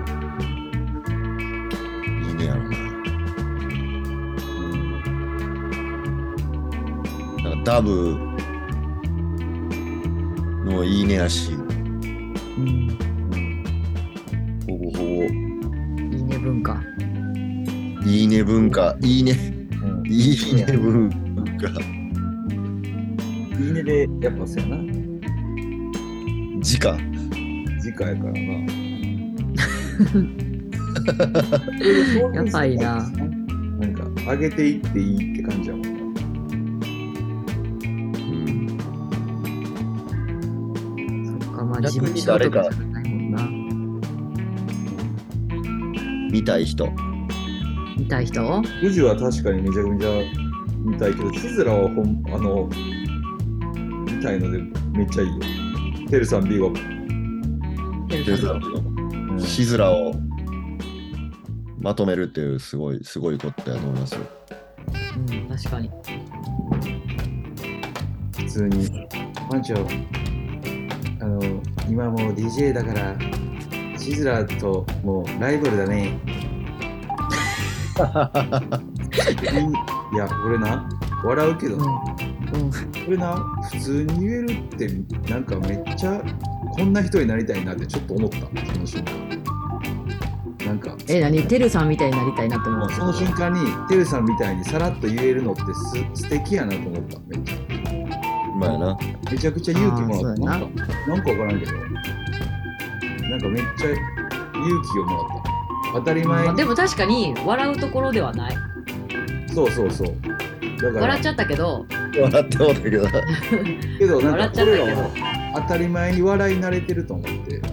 Speaker 5: いいねやろななんかダブのいいねやし
Speaker 3: うん
Speaker 5: ほぼほぼ
Speaker 3: いいね文化
Speaker 5: いいね文化、いいね、
Speaker 4: うん
Speaker 5: いいね文化。
Speaker 4: いいねで、やっぱそうやな。
Speaker 5: 時間。
Speaker 4: 次回から
Speaker 3: や
Speaker 4: な。
Speaker 3: ばいな。
Speaker 4: なんか、上げていっていいって感じやもんな。
Speaker 5: うん。
Speaker 3: そっかまあ
Speaker 5: 逆
Speaker 3: 事
Speaker 5: に
Speaker 3: 務所と
Speaker 5: 誰か
Speaker 3: かじゃないもんな
Speaker 5: 見たい人。
Speaker 3: 見たい人
Speaker 4: 宇治は確かにめちゃくちゃ見たいけど、千ズラはほん、あの、見たいのでめっちゃいいよ。てるさん、ビーゴ。うん
Speaker 5: シズラをまとめるっていう、すごい、すごいことやと思いますよ。
Speaker 3: うん確かに
Speaker 4: 普通に、班長、あの、今もう DJ だから、シズラともうライバルだ ね。いや、これな、笑うけど、
Speaker 3: う
Speaker 4: こ
Speaker 3: んうん
Speaker 4: れな、普通に言えるって、なんかめっちゃ、こんな人になりたいなってちょっと思った、その瞬間。なんか、
Speaker 3: え何てるさんみたいになりたいなって思う
Speaker 4: その瞬間に、てるさんみたいにさらっと言えるのってす素敵やなと思った、めっちゃ。
Speaker 5: まあやな。
Speaker 4: めちゃくちゃ勇気もらった。
Speaker 3: あ
Speaker 4: な
Speaker 3: ーそ
Speaker 4: んか、なんかわからんけど、なんかめっちゃ勇気をもらった。当たり前
Speaker 3: まあ
Speaker 4: に。
Speaker 3: でも確かに笑うところではない
Speaker 4: そうそうそう。だから、
Speaker 3: 笑っちゃったけど
Speaker 5: 笑ってもうたけど。
Speaker 4: けどなん
Speaker 3: 笑
Speaker 4: か
Speaker 3: っちゃったけど
Speaker 4: 俺らは当たり前に笑い慣れてると思って、
Speaker 3: うん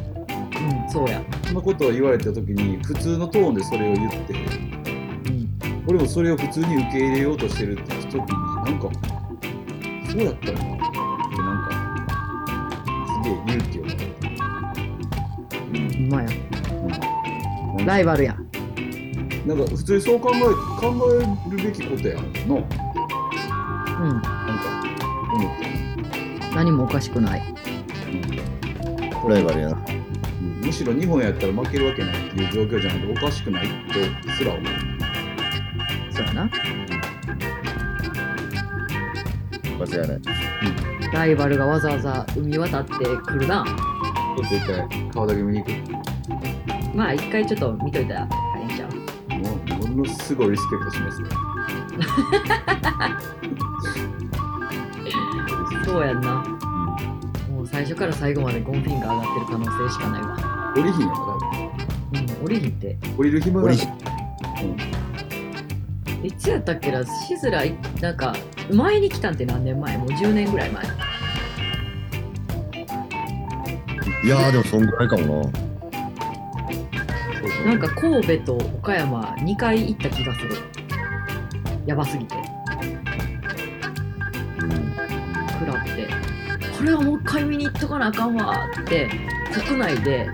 Speaker 3: そうや。
Speaker 4: そのことを言われた時に普通のトーンでそれを言って
Speaker 3: うん。
Speaker 4: 俺もそれを普通に受け入れようとしてるって時になんかそうやったよなってなんかすげえ勇気をもらっ
Speaker 3: ほんまや。
Speaker 4: た
Speaker 3: ライバルや。
Speaker 4: なんか普通にそう考え考えるべきことやんのなんか
Speaker 3: うん。
Speaker 4: 思って
Speaker 3: 何もおかしくない。
Speaker 5: ライバルやな。
Speaker 4: うんむしろ日本やったら負けるわけないっていう状況じゃなくておかしくないとすら思う
Speaker 3: そうやな。
Speaker 5: 間違いない。
Speaker 3: ライバルがわざわざ海渡ってくるな。
Speaker 4: ちょっと一回顔だけ見に行く
Speaker 3: まあ一回ちょっと見といたらいいんちゃう。
Speaker 4: もうものすごいリスペクトしますね
Speaker 3: そうやんな。もう最初から最後までゴンフィンが上がってる可能性しかないわ。
Speaker 4: 降りひんやろだい
Speaker 3: うん、降りひんって。
Speaker 4: ぶ降りる暇
Speaker 5: 降
Speaker 4: が
Speaker 5: り
Speaker 4: い
Speaker 5: ひ
Speaker 3: いつやったっけな、シズラ、いなんか、前に来たんって何年前もう10年ぐらい前。
Speaker 5: いやー、でもそんぐらいかも
Speaker 4: そう
Speaker 3: なんか神戸と岡山2回行った気がする。やばすぎて。
Speaker 5: な。うん。
Speaker 3: クラって。これはもう一回見に行っとかなあかんわって、国内で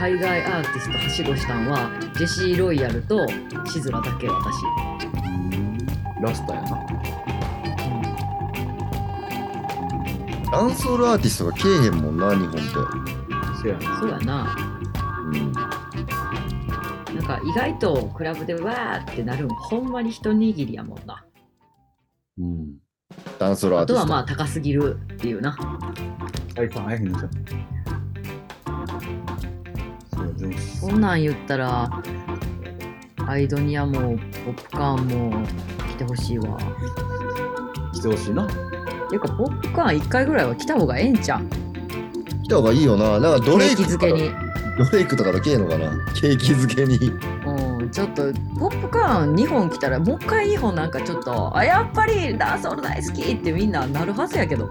Speaker 3: 海外アーティストはしごしたんは、ジェシー・ロイヤルとシズラだけ私。
Speaker 4: ラスタやな
Speaker 5: ダンスホールアーティストがけえへんもんな、日本っ
Speaker 4: せやな
Speaker 3: そうやな。
Speaker 5: て。うん。
Speaker 3: なんか意外とクラブでわーってなるん、ほんまに一握りやもんな。
Speaker 4: うん
Speaker 5: ダンスホールア
Speaker 3: あ
Speaker 5: ーティ
Speaker 3: と
Speaker 5: スト。
Speaker 3: はまあ高すぎるっていうな。
Speaker 4: 体感早いんじゃんそうでも
Speaker 3: そんなん言ったら、アイドニアもポップカーンも来てほしいわ。
Speaker 4: 来てほしいな
Speaker 3: ていうか、ポップカーン1回ぐらいは来た方がええんちゃう
Speaker 5: 来た方がいいよな。なんかド
Speaker 3: 景
Speaker 5: レイク
Speaker 3: 気
Speaker 5: と
Speaker 3: づ
Speaker 5: か
Speaker 3: けに。
Speaker 5: ドレイクとかだけえのかな。ケーキ漬けに。
Speaker 3: うん、ちょっと、ポップカーン2本来たら、もう一回2本なんかちょっと、あ、やっぱりダンスホール大好きってみんななるはずやけど。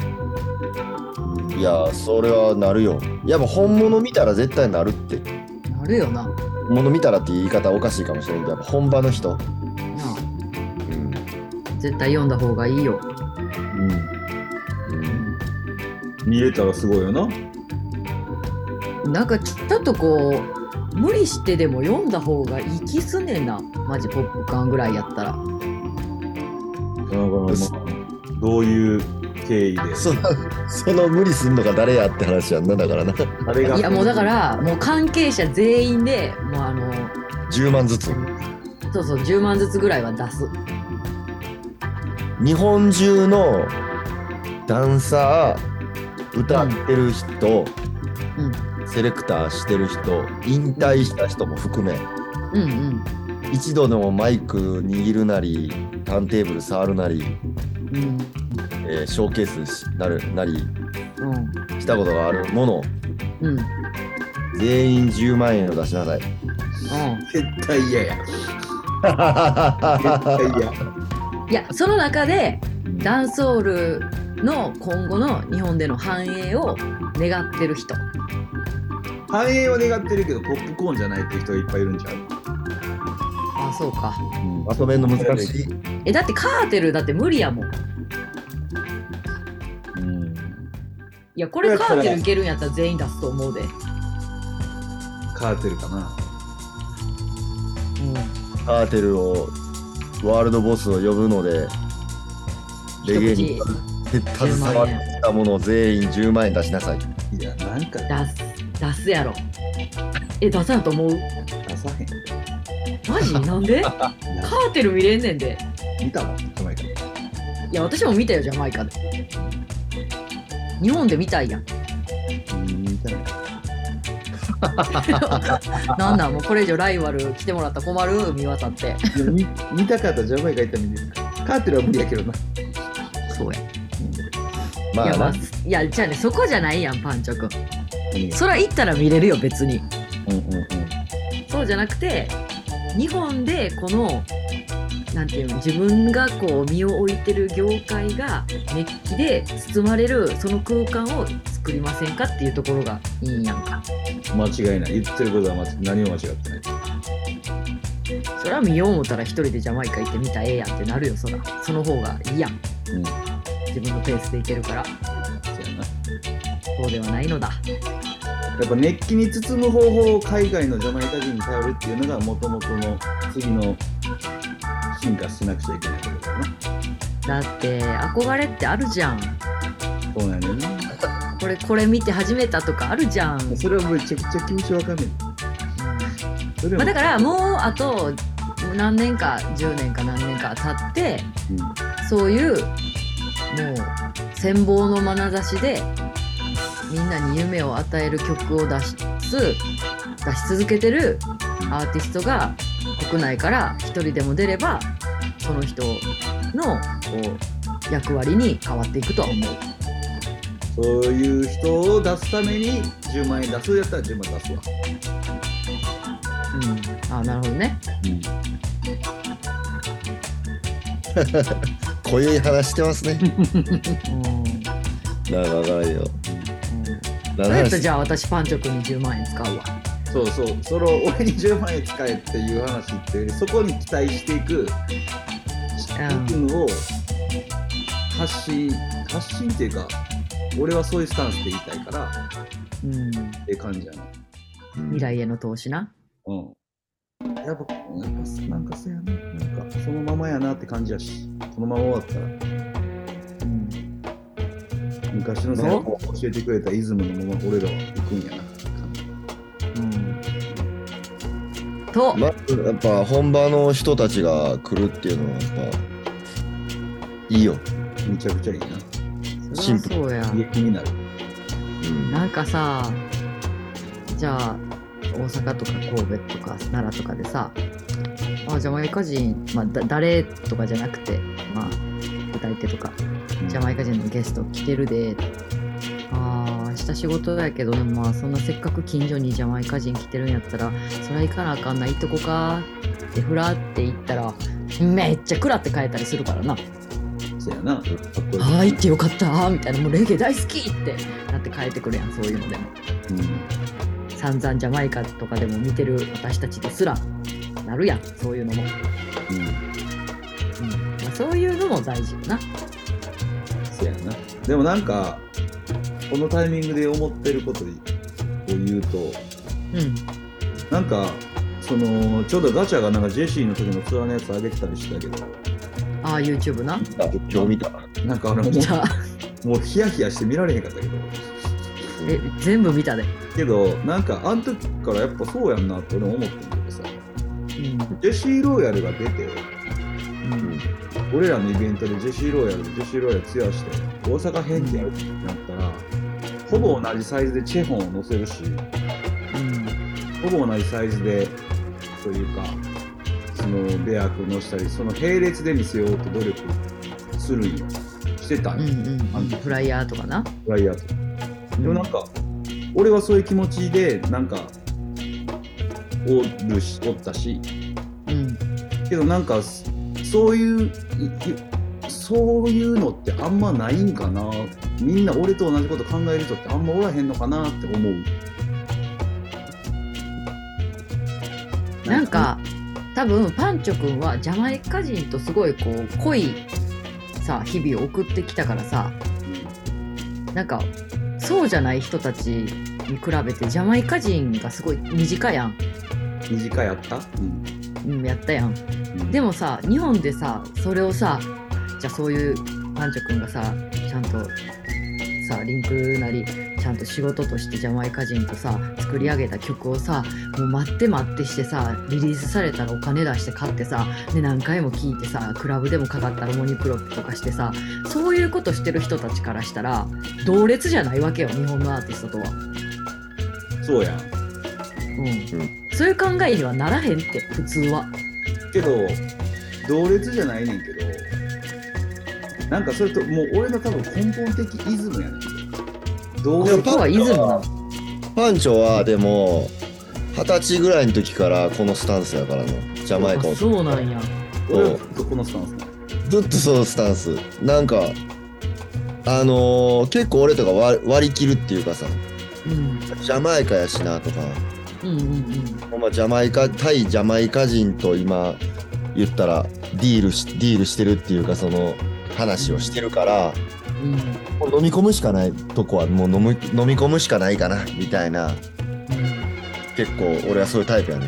Speaker 5: いやー、それはなるよ。いや、もう本物見たら絶対なるって。
Speaker 3: なるよな。な
Speaker 5: 本物見たらって言い方おかしいかもしれんけど、やっぱ本場の人。
Speaker 3: あ
Speaker 5: うん。
Speaker 3: 絶対読んだ方がいいよ。
Speaker 5: うん。
Speaker 4: うん見れたらすごいよな
Speaker 3: なんかちょちょっとこう、無理してでも読んだ方がいい気すんねんな。マジポップカーンぐらいやったら。
Speaker 4: まあどういう経緯で
Speaker 5: その、 その無理すんのが誰やって話やんな。だからな。
Speaker 4: あれが
Speaker 3: いやもうだからもう関係者全員でもうあの
Speaker 5: 10万ずつ。
Speaker 3: そうそう10万ずつぐらいは出す
Speaker 5: 日本中のダンサー歌ってる人、
Speaker 3: う
Speaker 5: セレクターしてる人引退した人も含め
Speaker 3: うんうん
Speaker 5: 一度でもマイク握るなりターンテーブル触るなり、
Speaker 3: うん
Speaker 5: えーショーケースしなるなり
Speaker 3: うん
Speaker 5: したことがあるもの
Speaker 3: うんうん
Speaker 5: 全員10万円を出しなさい。
Speaker 4: 絶対嫌や絶対
Speaker 5: う
Speaker 4: 嫌
Speaker 3: いやその中で
Speaker 4: うん
Speaker 3: ダンスホールの今後の日本での繁栄を願ってる人
Speaker 4: 繁栄は願ってるけどポップコーンじゃないって人がいっぱいいるんちゃう、
Speaker 3: あそうか
Speaker 5: まとめるの難しい。
Speaker 3: えだってカーテルだって無理やもん
Speaker 4: うん
Speaker 3: いやこれカーテルいけるんやったら全員出すと思うで
Speaker 4: カーテルかな
Speaker 5: カーテルをワールドボスを呼ぶのでレゲエに携わったものを全員10万円出しなさい。
Speaker 4: いやなんか
Speaker 3: 出す出すやろえ出さんと思う
Speaker 4: 出さへん
Speaker 3: マ ジなんでカーテル見れんねんで
Speaker 4: 見たもんこの間
Speaker 3: いや私も見たよジャマイカで日本で見たい やん
Speaker 4: うん見たない
Speaker 3: なんなんもうこれ以上ライバル来てもらったら困る見渡って
Speaker 4: いや見見たかったらジャマイカ行ったら見れるカーテルは無理やけどな
Speaker 3: そうや
Speaker 5: ま
Speaker 3: いや,、ま
Speaker 5: あ
Speaker 3: あ
Speaker 5: な、、
Speaker 3: いやじゃあねそこじゃないやんパンチョくん
Speaker 4: 何が
Speaker 3: そら行ったら見れるよ別に
Speaker 4: うんうんうん
Speaker 3: そうじゃなくて日本でこのなんていうの自分がこう身を置いてる業界が熱気で包まれるその空間を作りませんかっていうところがいいんやんか
Speaker 4: 間違いない。言ってることは間違何も間違ってない。
Speaker 3: それは見よう思ったら一人でジャマイカ行ってみたらええやんってなるよそらその方がいいやん
Speaker 4: うん。そ
Speaker 3: 自分のペースで行けるから
Speaker 4: うやな。
Speaker 3: そうではないのだ
Speaker 4: やっぱ熱気に包む方法を海外のジャマイカ人に頼るっていうのがもともとの次の進化しなくちゃいけないところだよな。
Speaker 3: だって憧れってあるじゃん
Speaker 4: そうやねんな。
Speaker 3: これこれ見て始めたとかあるじゃん、うん
Speaker 4: それはめちゃくちゃ気持ちわかんねえ。そ
Speaker 3: ま
Speaker 4: れ
Speaker 3: あ、
Speaker 4: は
Speaker 3: だからもうあと何年か10年か何年か経って
Speaker 4: うん、
Speaker 3: そういうもう羨望の眼差しでみんなに夢を与える曲を出しつつ出し続けてるアーティストが国内から一人でも出ればその人のこう役割に変わっていくとは思う。
Speaker 4: そういう人を出すために10万円出すやったら10万円出すわ。
Speaker 3: うん、あなるほどね。
Speaker 5: こういう話してますね。
Speaker 3: うん
Speaker 5: なんかわからんよ。
Speaker 3: それやったらじ
Speaker 5: ゃ
Speaker 3: ゃあ私パンチョ君に10万円使うわ。
Speaker 4: そうそう、それを俺に10万円使えっていう話っていうより、そこに期待していく、っていうのを発信、発信っていうか、俺はそういうスタンスで言いたいから、
Speaker 3: うん、
Speaker 4: っていう感じやな。
Speaker 3: 未来への投資な。
Speaker 4: うん。やっぱ、なんか、なんかそうやな。なんか、そのままやなって感じやし、このまま終わったら、
Speaker 3: うん、
Speaker 4: 昔の先輩が教えてくれたイズムのまま俺らは行くんやなって感じ。
Speaker 3: と、
Speaker 5: まずやっぱ本場の人たちが来るっていうのはやっぱいいよ。
Speaker 4: めちゃくちゃいいな。
Speaker 3: そりゃそうや。
Speaker 4: 刺激になる。
Speaker 5: うん
Speaker 3: なんかさ、じゃあ大阪とか神戸とか奈良とかでさ、あジャマイカ人、まあ、だ誰とかじゃなくて、まあ、歌い手とか、ジャマイカ人のゲスト来てるで、ああ、した仕事やけど、でもまあ、そんなせっかく近所にジャマイカ人来てるんやったら、そりゃ行かなあかんないとこかって、ふらって行ったら、めっちゃ食らって帰ったりするからな。
Speaker 4: そうやな。かっこいい。
Speaker 3: ああ、行ってよかったみたいな、もうレゲエ大好きってなって帰ってくるやん、そういうのでも。
Speaker 4: うん
Speaker 3: 散々ジャマイカとかでも見てる私たちですらなるやんそういうのも、
Speaker 4: うん。
Speaker 3: うんまあそういうのも大事よな
Speaker 4: そうやな。でもなんか、このタイミングで思ってることを言うと、
Speaker 3: うん
Speaker 4: なんか、その、ちょうどガチャがなんかジェシーの時のツアーのやつ上げてたりしてたけど、
Speaker 3: ああ YouTube な
Speaker 5: あ今日見た。
Speaker 4: なん かあの、も
Speaker 3: 見た
Speaker 4: うもうヒヤヒヤして見られへんかったけど。
Speaker 3: え全部見たで、
Speaker 4: けどなんかあの時からやっぱそうやんなって俺も思ってんだけどさ
Speaker 3: うん
Speaker 4: ジェシー・ローヤルが出て
Speaker 3: うん
Speaker 4: 俺らのイベントでジェシー・ローヤルとジェシー・ローヤルツヤして大阪編ってやるってなったらほぼ同じサイズでチェホンを乗せるしほぼ同じサイズでというかそのベア君乗したりその並列で見せようと努力するんよしてた
Speaker 3: う
Speaker 4: んよ、
Speaker 3: んうんうんフライヤーとかな、
Speaker 4: フライヤーとか
Speaker 3: うん
Speaker 4: でもなんか、俺はそういう気持ちでなんかおるしおったし
Speaker 3: うん
Speaker 4: けどなんかそそういういいそういうのってあんまないんかなみんな俺と同じこと考える人ってあんまおらへんのかなって思う
Speaker 3: なんか多分パンチョ君はジャマイカ人とすごいこう濃いさ日々を送ってきたからさなんかそうじゃない人たちに比べてジャマイカ人がすごい身近やん
Speaker 4: 短いあった、うん
Speaker 3: うん、やったやん。
Speaker 4: うん
Speaker 3: でもさ、日本でさ、それをさ、じゃあそういうパンチョくんがさ、ちゃんとさ、リンクなり、ちゃんと仕事としてジャマイカ人とさ、作り上げた曲をさ、もう待って待ってしてさ、リリースされたらお金出して買ってさ、で何回も聴いてさ、クラブでもかかったらモニクロップとかしてさ、そういうことしてる人たちからしたら、同列じゃないわけよ、日本のアーティストとは。
Speaker 4: そうやん
Speaker 3: うん。そういう考えにはならへんって、普通は。
Speaker 4: けど同列じゃないねんけどなんかそれともう俺の多分根本的イズムやねん同
Speaker 5: いや
Speaker 4: 列
Speaker 5: パ
Speaker 3: とはイズムなの。
Speaker 5: パンチョはでも二十歳ぐらいの時からこのスタンスやからな。ジャマイカを
Speaker 3: あそうなんや。
Speaker 4: 俺はこのスタンスなの
Speaker 5: ずっとそのスタンス。なんかあのー結構俺とか割割り切るっていうかさ
Speaker 3: うん
Speaker 5: ジャマイカやしなとか
Speaker 3: うんうんうん
Speaker 5: ほんまジャマイカ対ジャマイカ人と今言ったらディールしディールしてるっていうかその話をしてるから
Speaker 3: うん
Speaker 5: もう飲み込むしかないとこはもう飲む飲み込むしかないかなみたいな結構俺はそういうタイプやね、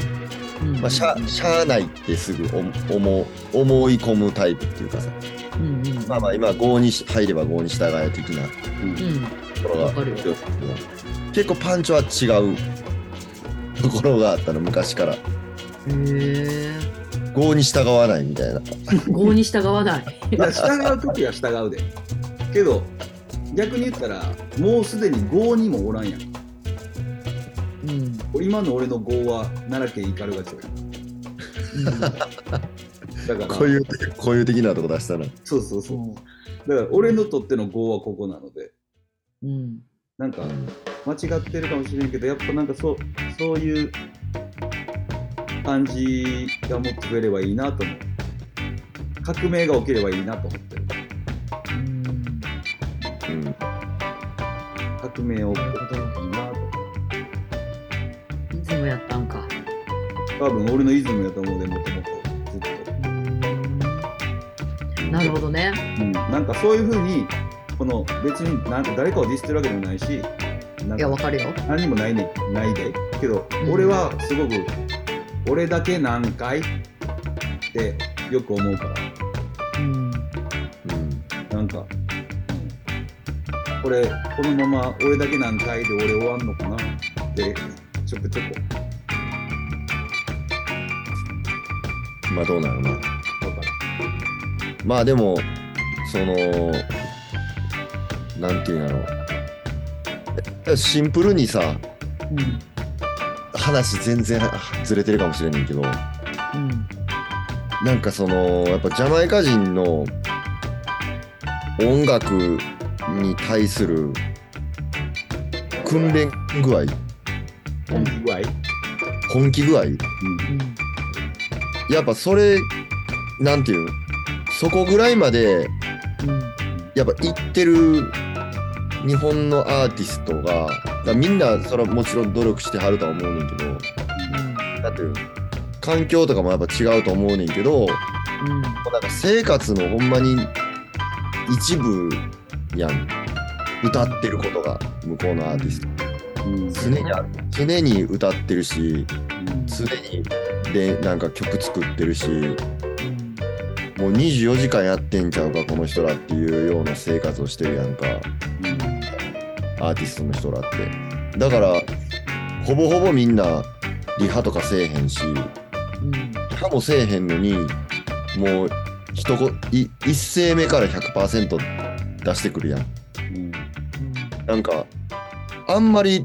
Speaker 3: うんうん
Speaker 5: まあ、しゃしゃあないってすぐ思思う思い込むタイプっていうかさ
Speaker 3: うんうん
Speaker 5: まあまあ今5にし入れば5に従え的な
Speaker 3: うん
Speaker 5: ところ
Speaker 3: わ
Speaker 5: が
Speaker 3: かるよ
Speaker 5: 結構パンチは違うところがあったの昔から
Speaker 3: へえ
Speaker 5: 5に従わないみたいな
Speaker 3: 合に従わない
Speaker 4: いや従う時は従うでけど逆に言ったらもうすでに5にもおらんやん
Speaker 3: うんうん
Speaker 4: 今の俺の5は奈良県斑鳩町やんだから
Speaker 5: 固有的固有的なとこ出したら
Speaker 4: そうそうそうだから俺のとっての5はここなので
Speaker 3: うん
Speaker 4: なんか間違ってるかもしれんけどやっぱなんかそうそういう感じがもっと増えればいいなと思う革命が起きればいいなと思ってる
Speaker 3: うん
Speaker 5: うん
Speaker 4: 革命を起こせばいいなと思
Speaker 3: いつもやったんか
Speaker 4: う多分俺のイズムやと思うでもともとずっと。
Speaker 3: なるほどね
Speaker 4: うん、なんかそういうふうにこの別になんか誰かをディスってるわけでもないしなん
Speaker 3: いやわ
Speaker 4: か
Speaker 3: かるよ
Speaker 4: 何もないねないでけど、
Speaker 3: うん
Speaker 4: 俺はすごく俺だけ何回ってよく思うか
Speaker 3: うん
Speaker 5: うん
Speaker 4: らなんか、うん、これこのまま俺だけ何回で俺終わんのかなってちょくちょく
Speaker 5: まあどうなるな
Speaker 4: 分かる
Speaker 5: まあでもそのなんていうんやろうシンプルにさ
Speaker 3: うん
Speaker 5: 話全然はずれてるかもしれないけど
Speaker 3: うん
Speaker 5: なんかそのやっぱジャマイカ人の音楽に対する訓練具合
Speaker 4: 本気具合、
Speaker 5: 本気具合
Speaker 3: うん
Speaker 5: やっぱそれなんていうそこぐらいまで
Speaker 3: うん
Speaker 5: やっぱ行ってる日本のアーティストがだからみんなそれはもちろん努力してはるとは思うねんけどなんていう環境とかもやっぱ違うと思うねんけど
Speaker 3: うん
Speaker 5: なんか生活のほんまに一部やん歌ってることが向こうのアーティスト
Speaker 4: うん
Speaker 5: 常にある常に歌ってるし常にでなんか曲作ってるしもう24時間やってんちゃうかこの人らっていうような生活をしてるやんかアーティストの人らってだからほぼほぼみんなリハとかせえへんし
Speaker 3: うん
Speaker 5: リハもせえへんのにもう一こい一声目から100%出してくるやん
Speaker 4: うん
Speaker 5: なんか、あんまり、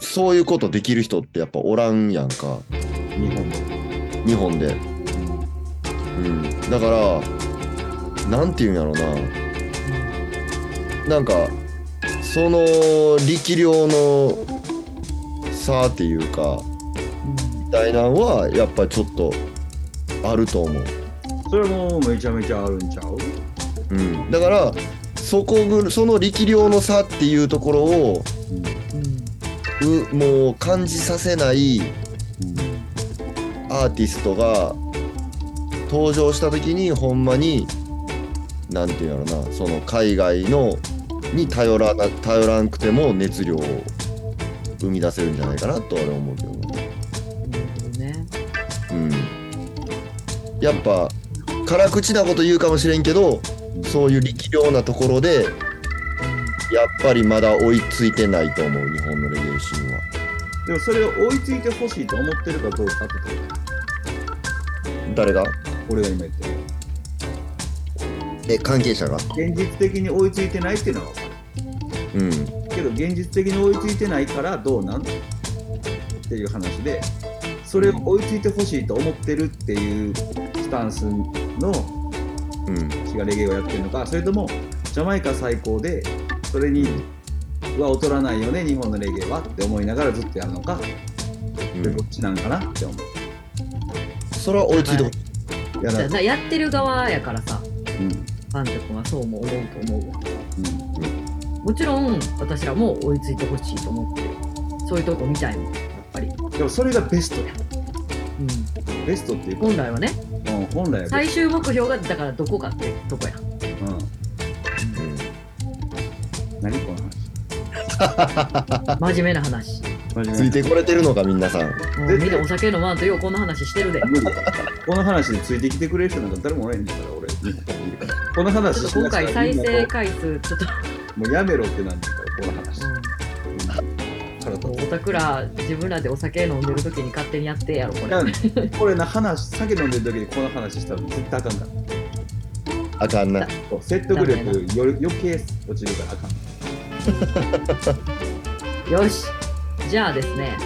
Speaker 5: そういうことできる人ってやっぱおらんやんか、
Speaker 4: 日本で
Speaker 5: 日本で。うん。だから、なんて言うんやろな。なんか、その力量の差っていうか、みたいなんは、やっぱちょっと、あると思う。
Speaker 4: それもめちゃめちゃあるんちゃう
Speaker 5: うん。だから、そこぐ、その力量の差っていうところを、うもう感じさせないアーティストが登場した時にほんまになんていうんやろなその海外のに頼らな頼らんくても熱量を生み出せるんじゃないかなと俺は思うけどねうんやっぱ辛口なこと言うかもしれんけどそういう力量なところでやっぱりまだ追いついてないと思う日本のレゲエシーンは。
Speaker 4: でもそれを追いついてほしいと思ってるかどうかってこと
Speaker 5: 誰が
Speaker 4: 俺が今言ってる
Speaker 5: え関係者が
Speaker 4: 現実的に追いついてないっていうのは分か
Speaker 5: うん
Speaker 4: るけど現実的に追いついてないからどうなんっていう話でそれを追いついてほしいと思ってるっていうスタンスの
Speaker 5: うん
Speaker 4: シがレゲエをやってるのかそれともジャマイカ最高でそれには劣らないよね日本のレゲエはって思いながらずっとやるのか
Speaker 5: う
Speaker 4: ど
Speaker 5: ん
Speaker 4: っちなんかなって思う
Speaker 5: それは追いついてほしい
Speaker 4: いやだ
Speaker 3: やってる側やからさ
Speaker 4: うん
Speaker 3: ファンとかはそうも思うと思うわもちろん私らも追いついてほしいと思ってるそういうとこ見たいもんやっぱり、
Speaker 4: でもそれがベストや
Speaker 3: うん、
Speaker 4: ベストっていうか、
Speaker 3: 本来はね
Speaker 4: うん、本来はベ
Speaker 3: 最
Speaker 4: ス
Speaker 3: 終目標がだからどこかってとこや
Speaker 4: ト、うん、何この話
Speaker 3: 真面目な話
Speaker 5: うんついてこれてるのか、皆さん。
Speaker 3: もう
Speaker 4: 絶対
Speaker 3: みんなお酒飲まんとようこんな話してるで
Speaker 4: 無理だこの話についてきてくれる人なんか誰もおらへんねんから俺日本にいるからこの
Speaker 3: ち
Speaker 4: 話
Speaker 3: ょっ
Speaker 4: し
Speaker 3: と今
Speaker 4: なさい
Speaker 3: 回再生回数ちょっと、
Speaker 4: もうやめろってなんだからこの話腹立
Speaker 3: うん、おたくら自分らでお酒飲んでる時に勝手にやってやろこれ
Speaker 4: つこれな話酒飲んでる時にこの話したら絶対あかんから
Speaker 5: あかんな。
Speaker 4: そう説得力より余計落ちるからあかん
Speaker 3: よしじゃあですね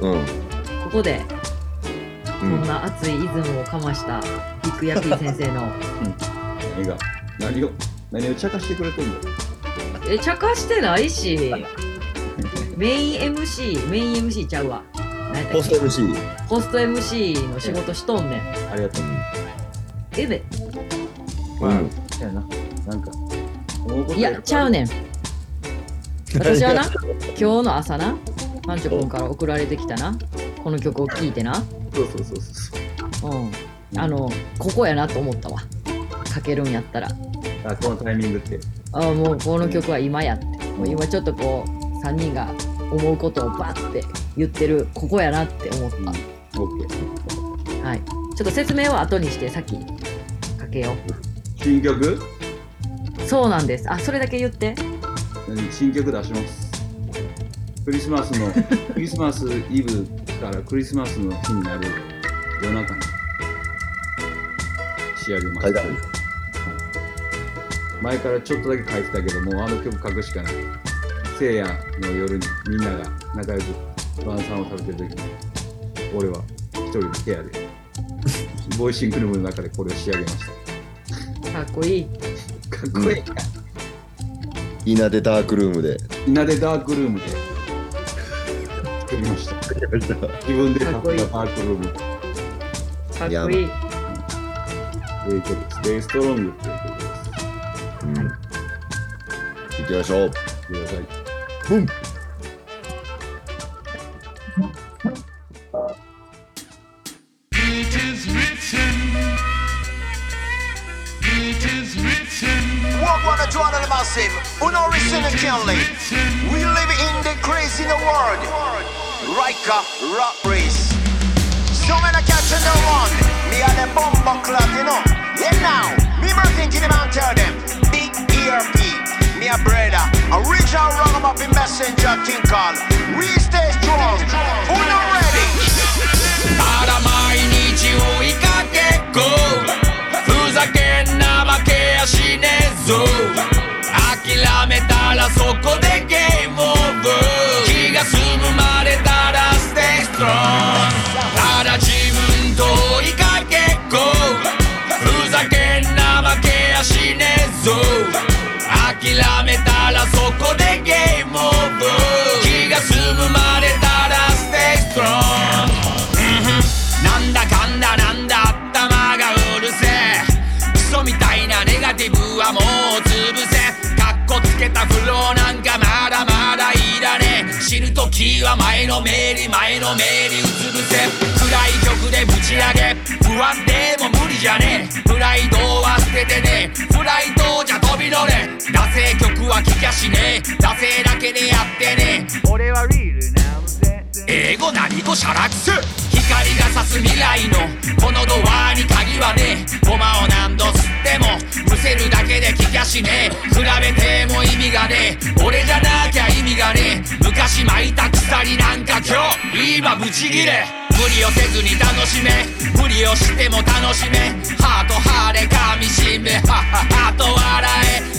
Speaker 5: うん。
Speaker 3: ここで
Speaker 5: う
Speaker 3: そ
Speaker 5: ん。
Speaker 3: んな熱いイズムをかましたビッグヤピー先生の
Speaker 4: 映画何を何を茶化してくれてんだよ
Speaker 3: え茶化してない しメイン MC メイン MC ちゃうわ何やった
Speaker 5: ホ
Speaker 3: っ
Speaker 5: ス
Speaker 3: け
Speaker 5: ト MC。
Speaker 3: ホスト MC の仕事しとんねん
Speaker 4: ありがとう
Speaker 3: えべ
Speaker 5: うん。うん
Speaker 4: やななんか思うこと
Speaker 3: いやちゃうね ん私はな今日の朝なパンチョ君から送られてきたなこの曲を聴いてな
Speaker 4: そうそうそうそう
Speaker 3: うんあのここやなと思ったわかけるんやったら
Speaker 4: あこのタイミングって
Speaker 3: あもうこの曲は今やってもう今ちょっとこう3人が思うことをバッて言ってるここやなって思った、
Speaker 4: オッケー
Speaker 3: はいちょっと説明は後にして先にかけよ
Speaker 4: 新曲
Speaker 3: うそうなんですあそれだけ言って
Speaker 4: 何新曲出しますクリスマス のクリスマスイブからクリスマスの日になる夜中に仕上げま
Speaker 5: 書い
Speaker 4: したた
Speaker 5: ある
Speaker 4: 前からちょっとだけ書いてたけどもうあの曲書くしかない聖夜の夜にみんなが仲良く晩餐を食べてる時に俺は一人の部屋でボイシングルームの中でこれを仕上げまし
Speaker 3: かっこいい
Speaker 4: たかっこいい、
Speaker 5: いなでダークルームで。
Speaker 4: なでダークルームで作りました自分で買った
Speaker 3: かっこいい
Speaker 4: ダークルーム
Speaker 3: かっこいい
Speaker 4: という曲です。デイストロングという曲です。
Speaker 5: うん。行きましょう。
Speaker 4: ごめんなさい。
Speaker 5: うん。
Speaker 6: What wanna draw the massive? Uno receive kindly. We live in the crazy in the world. Rika rap race. So many cats in the one. Me and them bumbo club, you know. Yeah now, me more thinking about tell them. Big ERP, me a brother. A rich and wrong up in messenger thing called. We stay strong. Uno ready.
Speaker 7: ただ毎日追いかけっこふざけんな負けやしねえぞ諦めたらそこでゲームオーバー気が済むまでただステイストロンただ自分と追いかけっこふざけんな負けやしねえぞ諦めたらそこでゲームオーバー気が済むまでただステイストロンなんだかんだなんだ頭がうるせえクソみたいなネガティブはもう潰せカッコつけたフローなんかまだまだいらねえ死ぬ時は前のめり前のめりうつぶせ暗い曲でぶち上げ不安でも無理じゃねえプライドは捨ててねえプライドじゃ飛び乗れ惰性曲は聞きゃしねえ惰性だけでやってねえ英語何語しゃらくせ光が差す未来のこのドアに鍵はねえゴマを何度吸ってもむせるだけで聞きゃしねえ比べても意味がねえ俺じゃなきゃ意味がねえ昔巻いた鎖なんか今日今ブチギレ無理をせずに楽しめ無理をしても楽しめハートハーレ噛みしめハハハと笑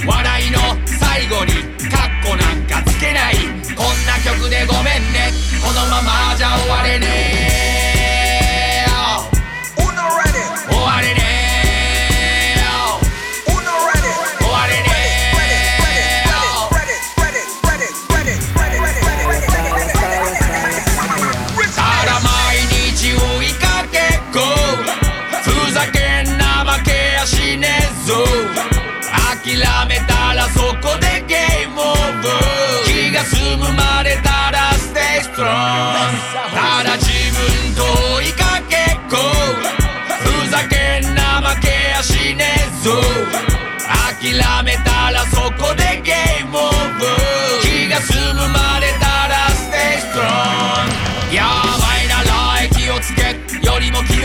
Speaker 7: え笑いの最後にカッコなんかつけないこんな曲でごめんねこのままじゃ終われねえよ
Speaker 6: Uno ready.
Speaker 7: 終われねえよ
Speaker 6: Uno ready.
Speaker 7: Oh, I didn't know.
Speaker 6: Ready, ready, ready, ready, ready, ready, ready, ready, ready, ready, ready, ready.
Speaker 7: ただ毎日追いかけっこふざけんな負けやしねえぞ諦めたらそこで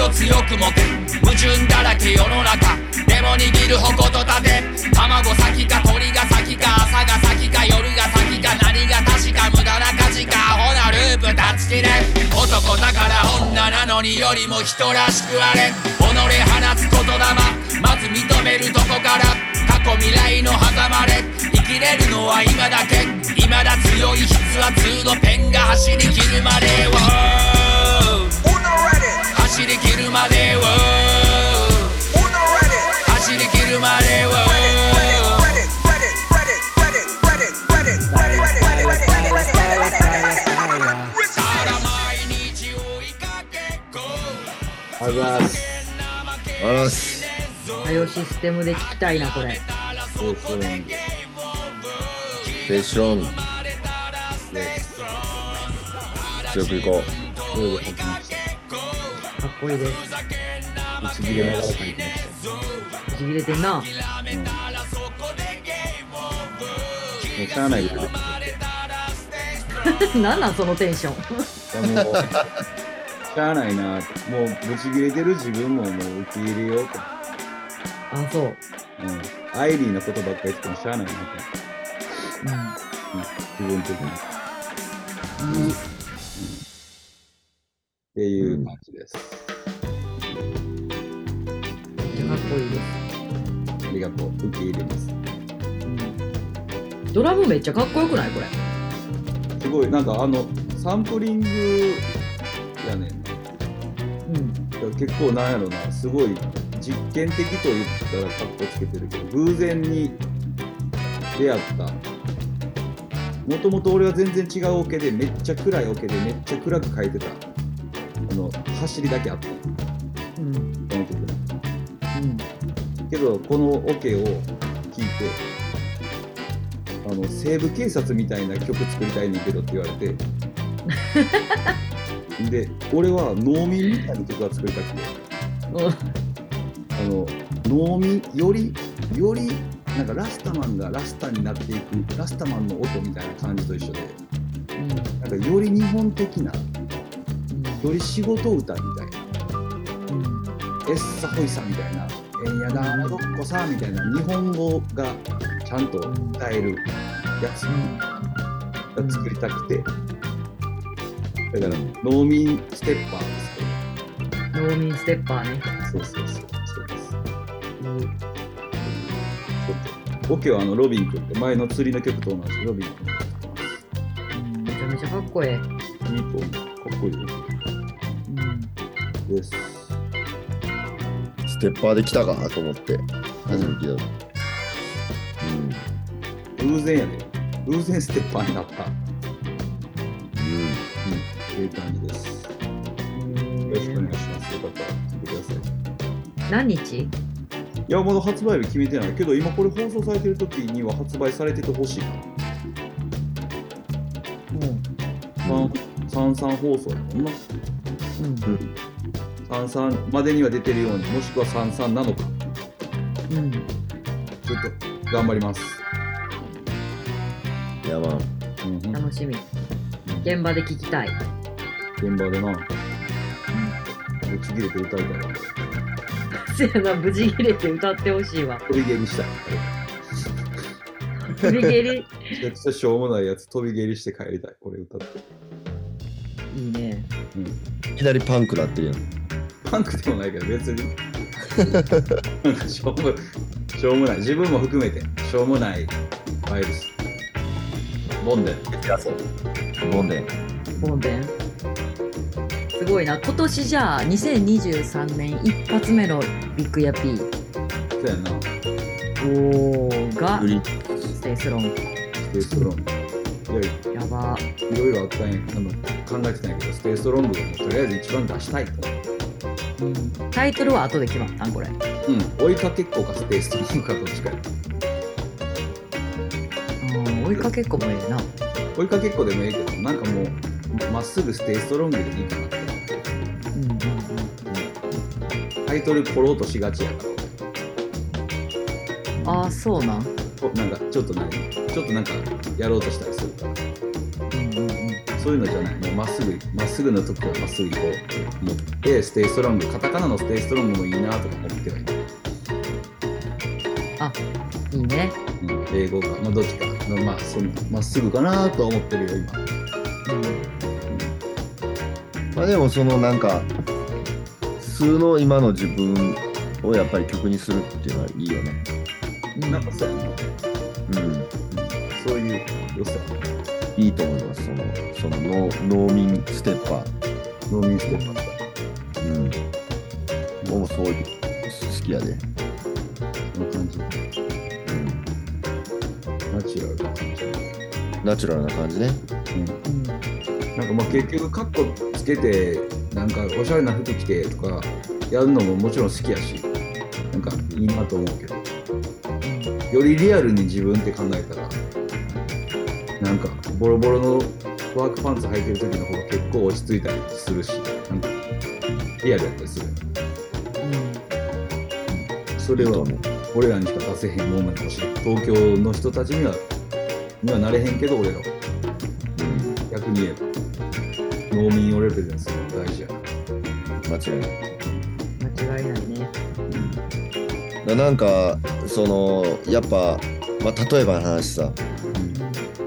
Speaker 7: を強く持て矛盾だらけ世の中でも握る矛と盾卵先か鳥が先か朝が先か夜が先か何が確か無駄な価値かほなループ断ち切れ男だから女なのによりも人らしくあれ己放つ言霊まず認めるとこから過去未来の狭間で生きれるのは今だけ未だ強い筆圧のペンが走り切るまでを
Speaker 6: Uno ready,
Speaker 7: 走り切るまでを
Speaker 6: uno ready.
Speaker 7: 走り切るまでを
Speaker 6: Ready,
Speaker 7: ただ毎日追いかけっこ
Speaker 4: ありがとうございます。
Speaker 5: あらす。
Speaker 3: 対応システムで聞きたいな、これ。
Speaker 4: そうそうなんです。
Speaker 5: セッション。強くいこ
Speaker 4: それで書きました。
Speaker 3: かっこいいです。
Speaker 4: ぶち切れながら書いてまし
Speaker 3: ちぎれてんな。
Speaker 4: た。もうしゃあないけど。い
Speaker 3: なんなん、そのテン ション。
Speaker 4: やもう、しゃあないな。もうぶち切れてる自分ももう受け入れようと。
Speaker 3: あ、そう。
Speaker 4: うん。アイリーのことばっかり言ってもしゃあないなと。うん。自分的に。うんっていう感じです。
Speaker 3: めっちゃかっこいいで
Speaker 4: ありがとう。受け入れます。
Speaker 3: す。ドラムめっちゃかっこよくないこれ。
Speaker 4: すごい、なんかあの、サンプリングやねん。
Speaker 3: うん。
Speaker 4: 結構なんやろな、すごい実験的と言ったらかっこつけてるけど、偶然に出会った。もともと俺は全然違うオケで、めっちゃ暗いオケで、めっちゃ暗く書いてた。あの、走りだけあった。
Speaker 3: うん。うん。
Speaker 4: この曲の。けど、このオケを聞いて、あの、西部警察みたいな曲作りたいねんけどって言われて、で、俺は農民みたいな曲が作りたくて、あの、農民、より、より、なんかラスタマンがラスタになっていく、ラスタマンの音みたいな感じと一緒で、なんかより日本的な、より仕事歌みたいな。エッサホイさんみたいな、えんやだなどっこさみたいな日本語がちゃんと歌えるやつが作りたくて、だから農民ステッパーですけ
Speaker 3: 農民ステッパーね。
Speaker 4: ど、そうそうそう、そうです。ちょっと、オケはあのロビン君って前の釣りの曲と同じロビン君が作って
Speaker 3: うんめちゃめちゃかっこええ。
Speaker 4: ます。いいと思う、かっこいいです。
Speaker 5: う。ステッパーで来たかと思って、初めて聞いた。うん。
Speaker 4: 偶然やで、偶然ステッパーになった。うん、
Speaker 5: うん。
Speaker 4: っていう感じです。
Speaker 3: うん
Speaker 4: よろしくお願いします。よかったら聞いてください。
Speaker 3: 何日
Speaker 4: いや、まだ発売日決めてないけど、今これ放送されてる時には発売されててほしい。三三放送やもんな。
Speaker 3: うん。
Speaker 4: 三三までには出てるように、もしくは三三なのか。
Speaker 3: うん。
Speaker 4: ちょっと頑張ります。
Speaker 5: やばん。
Speaker 4: うん、現
Speaker 3: 楽しみ。現場で聞きたい。
Speaker 4: 場でな。ぶち切れて歌うから、
Speaker 3: せやな、無事切れて歌ってほしいわ。
Speaker 4: 飛び蹴りしたい。
Speaker 3: 振り蹴り。
Speaker 4: めちゃくちゃしょうもないやつ、飛び蹴りして帰りたい。これ歌って。
Speaker 3: いいね。
Speaker 5: いきなりパンクなってるやん。
Speaker 4: パンクでもないけど、別に。なんかしょうも、しょうもない。自分も含めて、しょうもないバイブス。ボンデン。
Speaker 5: 飲んで。
Speaker 3: 本殿。すごいな。今年じゃあ、2023年一発目のビッグヤピー。
Speaker 4: そうやんな。
Speaker 3: おーが
Speaker 5: グ、リ
Speaker 3: ステイスロン。
Speaker 4: スペーストロング。いや、
Speaker 3: やば。
Speaker 4: いろいろあったんやあの考えてたんやけど、スペーストロングをとりあえず一番出したいと。
Speaker 3: タイトルは後で決まったんこれ。あ
Speaker 4: うん。追いかけっこかスペーストロングかどっちかや。
Speaker 3: ー追いかけっこもええな。
Speaker 4: 追いかけっこでもいいけど、なんかもう、まっすぐスペーストロングでいいかなって。
Speaker 3: うんうん
Speaker 4: タイトルポロうとしがちやか
Speaker 3: う
Speaker 4: ら。
Speaker 3: ん。ああ、そうなん。
Speaker 4: おなんかちょっと何ちょっとなんかやろうとしたりするから。
Speaker 3: うんうんうん。
Speaker 4: そういうのじゃないもうまっすぐまっすぐの時はまっすぐ行こう思ってステイストロングカタカナのステイストロングもいいなとか思ってはいる、
Speaker 3: いいね。
Speaker 4: うん、英語かまあどっちかのまあそのまっすぐかなとは思ってるよ今
Speaker 5: まあでもそのなんか素の今の自分をやっぱり曲にするっていうのはいいよね。
Speaker 4: なんかそうやな
Speaker 5: うん。
Speaker 4: そういう良さ
Speaker 5: いいと思います。そのその農農民ステッパ
Speaker 4: 農民してました
Speaker 5: ー。うん。僕もそういう好きやで。
Speaker 4: この感じナチュラルな感じ
Speaker 5: ナチュラルな感じね。
Speaker 4: なんかまあ結局カッコつけてなんかおしゃれな服着てとかやるのももちろん好きやしなんかいいなと思うけどよりリアルに自分って考えたらなんかボロボロのワークパンツ履いてる時の方が結構落ち着いたりするしなんかリアルやったりするそれ
Speaker 5: いいと
Speaker 4: は
Speaker 5: 思う
Speaker 4: 俺らにしか出せへんもんなんだし東京の人たちにはにはなれへんけど俺らは逆に言えば農民をレプレゼントするのが大事や
Speaker 5: 間違いない。
Speaker 3: 間違いないね。
Speaker 5: だなんかそのやっぱ、まあ、例えばの話さ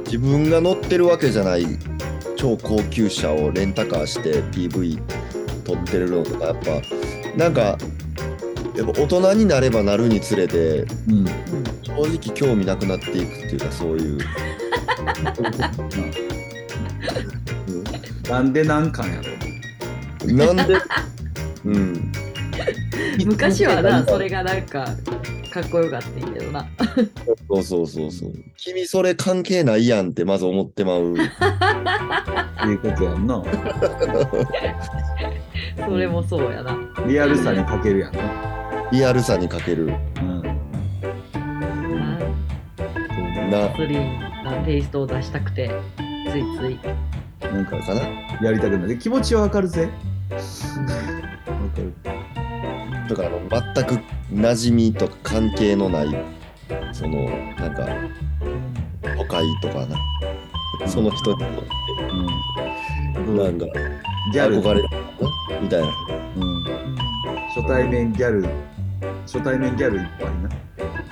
Speaker 5: 自分が乗ってるわけじゃない超高級車をレンタカーして PV 撮ってるのとかやっぱなんかやっぱ大人になればなるにつれて
Speaker 4: うん、ま
Speaker 5: 正直興味なくなっていくっていうかそういう、
Speaker 4: あなんでなんかんやろ
Speaker 5: うんなんでうん
Speaker 3: 昔はな、それがなんか、かっこよかったんやけどな。
Speaker 5: そうそうそうそう君それ関係ないやんってまず思ってまう
Speaker 4: っていうことやんな
Speaker 3: それもそうやな。
Speaker 4: リアルさに欠けるやんな
Speaker 5: リアルさに欠ける
Speaker 4: うん
Speaker 5: な
Speaker 3: スリーなテイストを出したくて、ついつい。
Speaker 4: なんか
Speaker 5: かな
Speaker 4: やりたくなる気持ちはわかるぜわかる
Speaker 5: だからあの全く馴染みとか関係のないそのなんか都会とかなその人にとって
Speaker 4: うん
Speaker 5: なんか
Speaker 4: ギャル
Speaker 5: 憧れるみたいな
Speaker 4: うん、初対面ギャル初対面ギャルいっぱい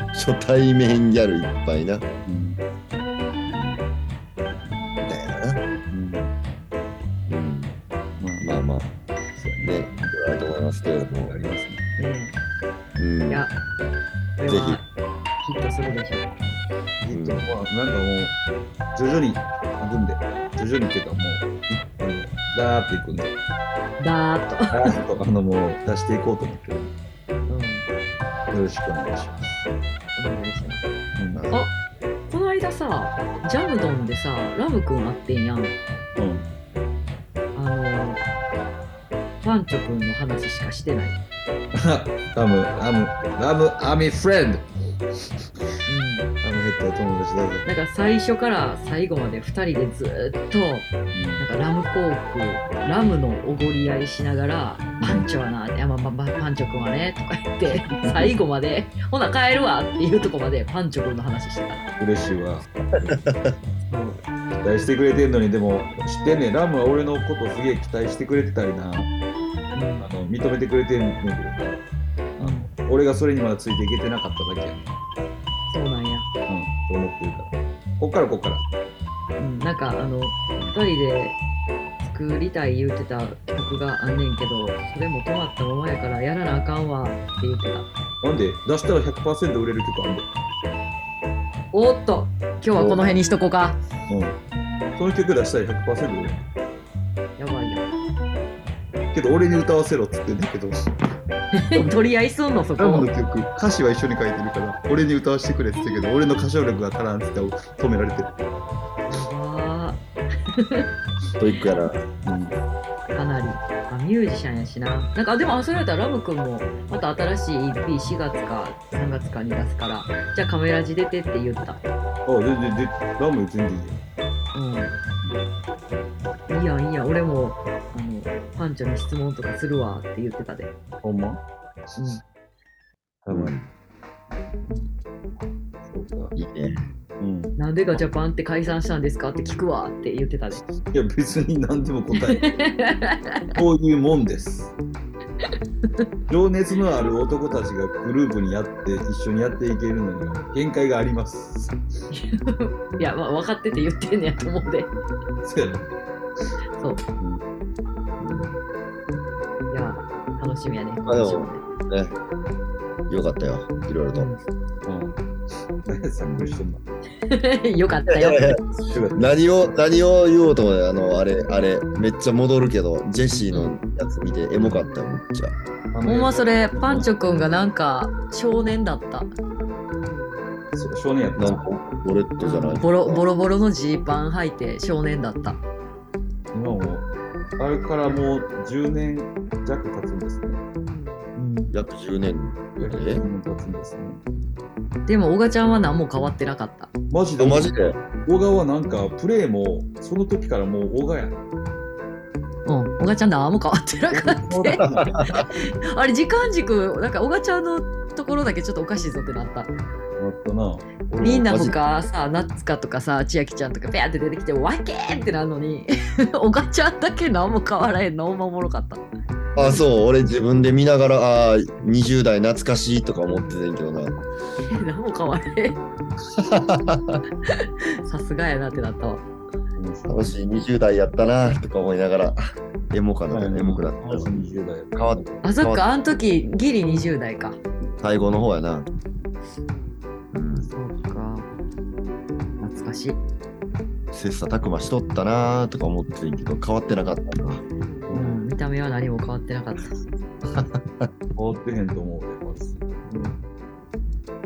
Speaker 4: な
Speaker 5: 初対面ギャルいっぱいなみ
Speaker 4: うん、
Speaker 5: たいなな、
Speaker 4: うん、
Speaker 5: うん、
Speaker 4: まあま
Speaker 5: まあまあ
Speaker 4: あそうやね
Speaker 5: ねあると思いますけれども
Speaker 4: ありますね
Speaker 5: うん
Speaker 3: いや、これ
Speaker 5: ぜ
Speaker 3: はヒットするでしょ。
Speaker 4: え
Speaker 5: うん
Speaker 4: っと、まあ、なんかもう、徐々に、あくんで、徐々にっていうかもう、あのダーッといくんで、
Speaker 3: だーっと。
Speaker 4: ダーッと、あの、もう出していこうと思ってる。よろしくお願いします。
Speaker 3: お願いします
Speaker 4: うん。
Speaker 3: あこの間さ、ジャムドンでさ、ラム君会ってんやん。
Speaker 4: うん
Speaker 3: あの、パンチョ君の話しかしてない。
Speaker 4: ラム、ラム、ラム、アミフレンド
Speaker 3: う
Speaker 4: ラムヘッドは友達だ
Speaker 3: ん。
Speaker 4: ぜ。
Speaker 3: なんか最初から最後まで2人でずーっと、なんかラムコーク、ラムのおごり合いしながら、パンチョはな、いやまあまあまあパンチョ君はね、とか言って、 最後まで、ほな帰るわっていうとこまでパンチョ君の話してた。
Speaker 4: 嬉しいわ。
Speaker 3: そう
Speaker 4: 期待してくれてんのに、でも、知ってんねんラムは俺のことすげえ期待してくれてたりな、あの、認めてくれてんねんけどなあの、俺がそれにまだついていけてなかっただけやねん。
Speaker 3: そうなんや。
Speaker 4: うん、と思ってるから。こっからこっから。
Speaker 3: うん、なんかあの2人で作りたい言うてた曲があんねんけどそれも止まったままやからやらなあかんわって言ってた
Speaker 4: なんで出したら100%売れる曲あんで。
Speaker 3: おーっと今日はこの辺にしとこうか
Speaker 4: うん。その曲出したら100%売れる。
Speaker 3: やばいよ
Speaker 4: けど俺に歌わせろっつってんだけど、
Speaker 3: 取り合いすんのそ
Speaker 4: ラム
Speaker 3: こ
Speaker 4: の曲、歌詞は一緒に書いてるから、俺に歌わせてくれって言ってたけど、俺の歌唱力が足らんっつって止められてる。
Speaker 3: あ
Speaker 5: ストイックやな
Speaker 3: ーかなりあミュージシャンやしななんかでもあそれやったらラム君もまた新しい EP4 月か3月かに出すからじゃあカメラ字出てって言った
Speaker 4: あ、全然、でラム全然いいよ。
Speaker 3: うんいいやんいいやん俺もあのパンチョに質問とかするわって言ってたで
Speaker 4: ほんまラムは。そうか。
Speaker 5: いいね
Speaker 4: うん。
Speaker 3: なんでガチャパンって解散したんですかって聞くわって言ってたで。
Speaker 4: いや、別に何でも答え ない。こういうもんです。情熱のある男たちがグループにやって一緒にやっていけるのには限界があります。
Speaker 3: いや、まあ、分かってて言ってんねやと思うで。
Speaker 4: そうやな
Speaker 3: そう。いや、楽しみやね。
Speaker 5: あでも
Speaker 3: 今年もね
Speaker 5: よかったよ、いろいろと。
Speaker 4: うん。何や参考にしとん の
Speaker 3: よかったよ。
Speaker 4: よかっ
Speaker 5: 何を、何を言おうと思って、あの、あれ、あれ、めっちゃ戻るけど、ジェシーのやつ見て、エモかったよ、めっちゃ。
Speaker 4: た。
Speaker 3: ほんまそれ、パンチョくんがなんか少年だった。
Speaker 4: そう少年やっ
Speaker 5: な
Speaker 4: た
Speaker 5: んか、ボレットじゃない。
Speaker 3: ボロボロボロのジーパン履いて少年だった。
Speaker 4: 今もうあれからもう10年弱経つんですね。
Speaker 5: 約10年。
Speaker 4: 約
Speaker 5: え
Speaker 4: 10年経つんですね。
Speaker 3: でも、小賀ちゃんは何も変わってなかった。
Speaker 4: マジで
Speaker 5: あマジで
Speaker 4: 小川はなんかプレーもその時からもう小川やな。
Speaker 3: うん、小賀ちゃん何も変わってなか った。あれ、時間軸、なんか小賀ちゃんのところだけちょっとおかしいぞってなった。
Speaker 4: やったな。
Speaker 3: みんな他さ、ナッツカとかさ、千秋ちゃんとか、ペアって出てきて、わけーってなるのに、 おがちゃんだけ何も変わらへんの、おもろ かった。
Speaker 5: あ、そう、俺自分で見ながら、ああー、20代懐かしいとか思っててんけどな。
Speaker 3: 何も変わらへん。さすがやなってなったわ。
Speaker 5: 楽しい20代やったな、とか思いながら、エモかな、エモくなった。
Speaker 4: 20代
Speaker 5: 変わっ
Speaker 3: あ、そっか、あの時、ギリ20代か。
Speaker 5: 最後の方やな。うん、
Speaker 3: そうか。懐かしい。
Speaker 5: 切磋琢磨しとったな、とか思っててんけど、変わってなかったな。
Speaker 3: うん、見た目は何も変わってなかった。
Speaker 4: 変わってへんと思うで、まず。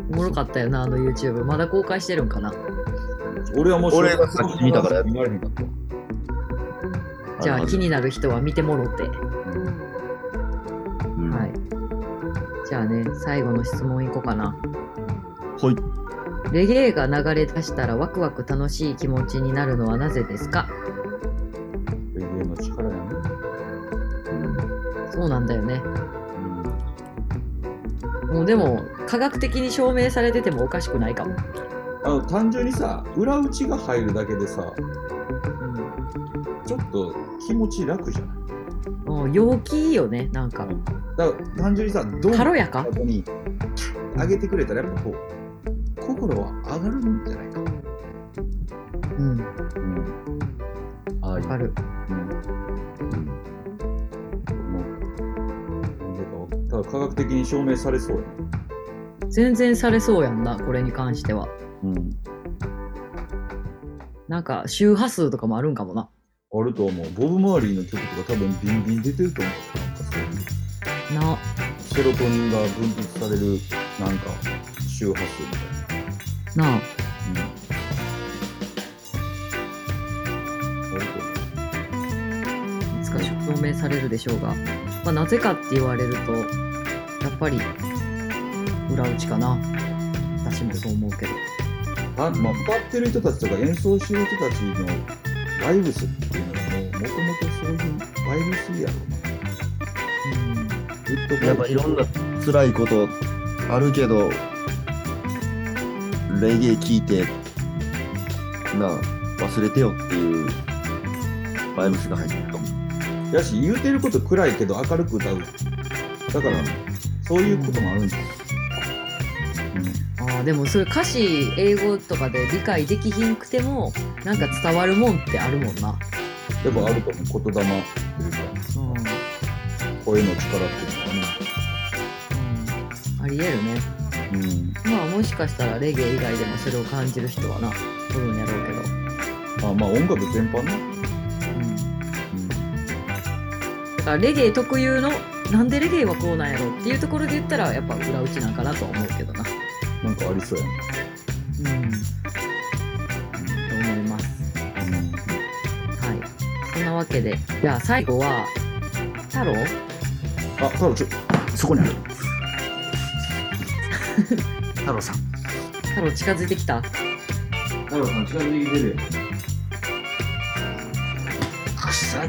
Speaker 3: おもろかったよな、あの YouTube。まだ公開してるんかな。
Speaker 4: 俺はもう
Speaker 5: 俺がさっき見たから
Speaker 4: 見られへんかった。
Speaker 3: じゃあ、
Speaker 5: の
Speaker 3: 気になる人は見てもろって。
Speaker 5: うん
Speaker 3: はい。じゃあね、最後の質問いこうかな。
Speaker 5: ほい。
Speaker 3: レゲエが流れ出したらワクワク楽しい気持ちになるのはなぜですか
Speaker 4: レゲエの力やね。
Speaker 3: そうなんだよね。もうでも、科学的に証明されててもおかしくないかも。
Speaker 4: あの単純にさ、裏打ちが入るだけでさ、ちょっと気持ち楽じゃない
Speaker 3: うん、陽気いいよね、なんか。
Speaker 4: だから単純にさ、どう
Speaker 3: 軽やか
Speaker 4: 後に上げてくれたらやっぱこう、心は上がるんじゃないか。
Speaker 3: うん、
Speaker 4: うん。ああ
Speaker 3: わ
Speaker 4: いう
Speaker 3: かる。
Speaker 4: うんもうなんでかただ科学的に証明されそうや、
Speaker 3: 全然されそうやんな、これに関しては。
Speaker 4: うん、
Speaker 3: なんか、周波数とかもあるんかもな。
Speaker 4: あると思うボブ・マーリーの曲とか多分ビンビン出てると思うなんかそういう
Speaker 3: な、
Speaker 4: セロトニンが分泌されるなんか周波数み
Speaker 3: なあ。
Speaker 4: たいな、うん、あると思う
Speaker 3: いつか証明されるでしょうが、まあ、なぜかって言われるとやっぱり裏打ちかな私もそう思うけど
Speaker 4: あ、まあ、歌ってる人たちとか演奏してる人たちのバイブスっていうのはもうもともとそういうバイブスやろうなずっとこう
Speaker 5: やっぱいろんな辛いことあるけど、レゲエ聞いて、なあ、忘れてよっていうバイブスが入ってるかも。
Speaker 4: やし言うてること暗いけど明るく歌うだからそういうこともあるんだよ、
Speaker 3: あーでもそういう歌詞英語とかで理解できひんくてもなんか伝わるもんってあるもんな、
Speaker 4: うん、やっぱあると思う言霊っていうか声の力って
Speaker 3: ありえるね
Speaker 4: いうかね
Speaker 3: まあもしかしたらレゲエ以外でもそれを感じる人はなおるんやろうけど、
Speaker 4: うんあまあ音楽全般な、
Speaker 3: だからレゲエ特有のなんでレゲエはこうなんやろっていうところで言ったらやっぱ裏打ちなんかなとは思うけどな
Speaker 4: なんかありそうや
Speaker 3: うん、と思います。
Speaker 4: な、
Speaker 3: はい。そんなわけで、じゃあ最後は、太郎
Speaker 4: あ太郎ちょ
Speaker 2: そこにある。太郎さん。
Speaker 3: 太郎近づいてきた
Speaker 4: 太郎さん近づいてる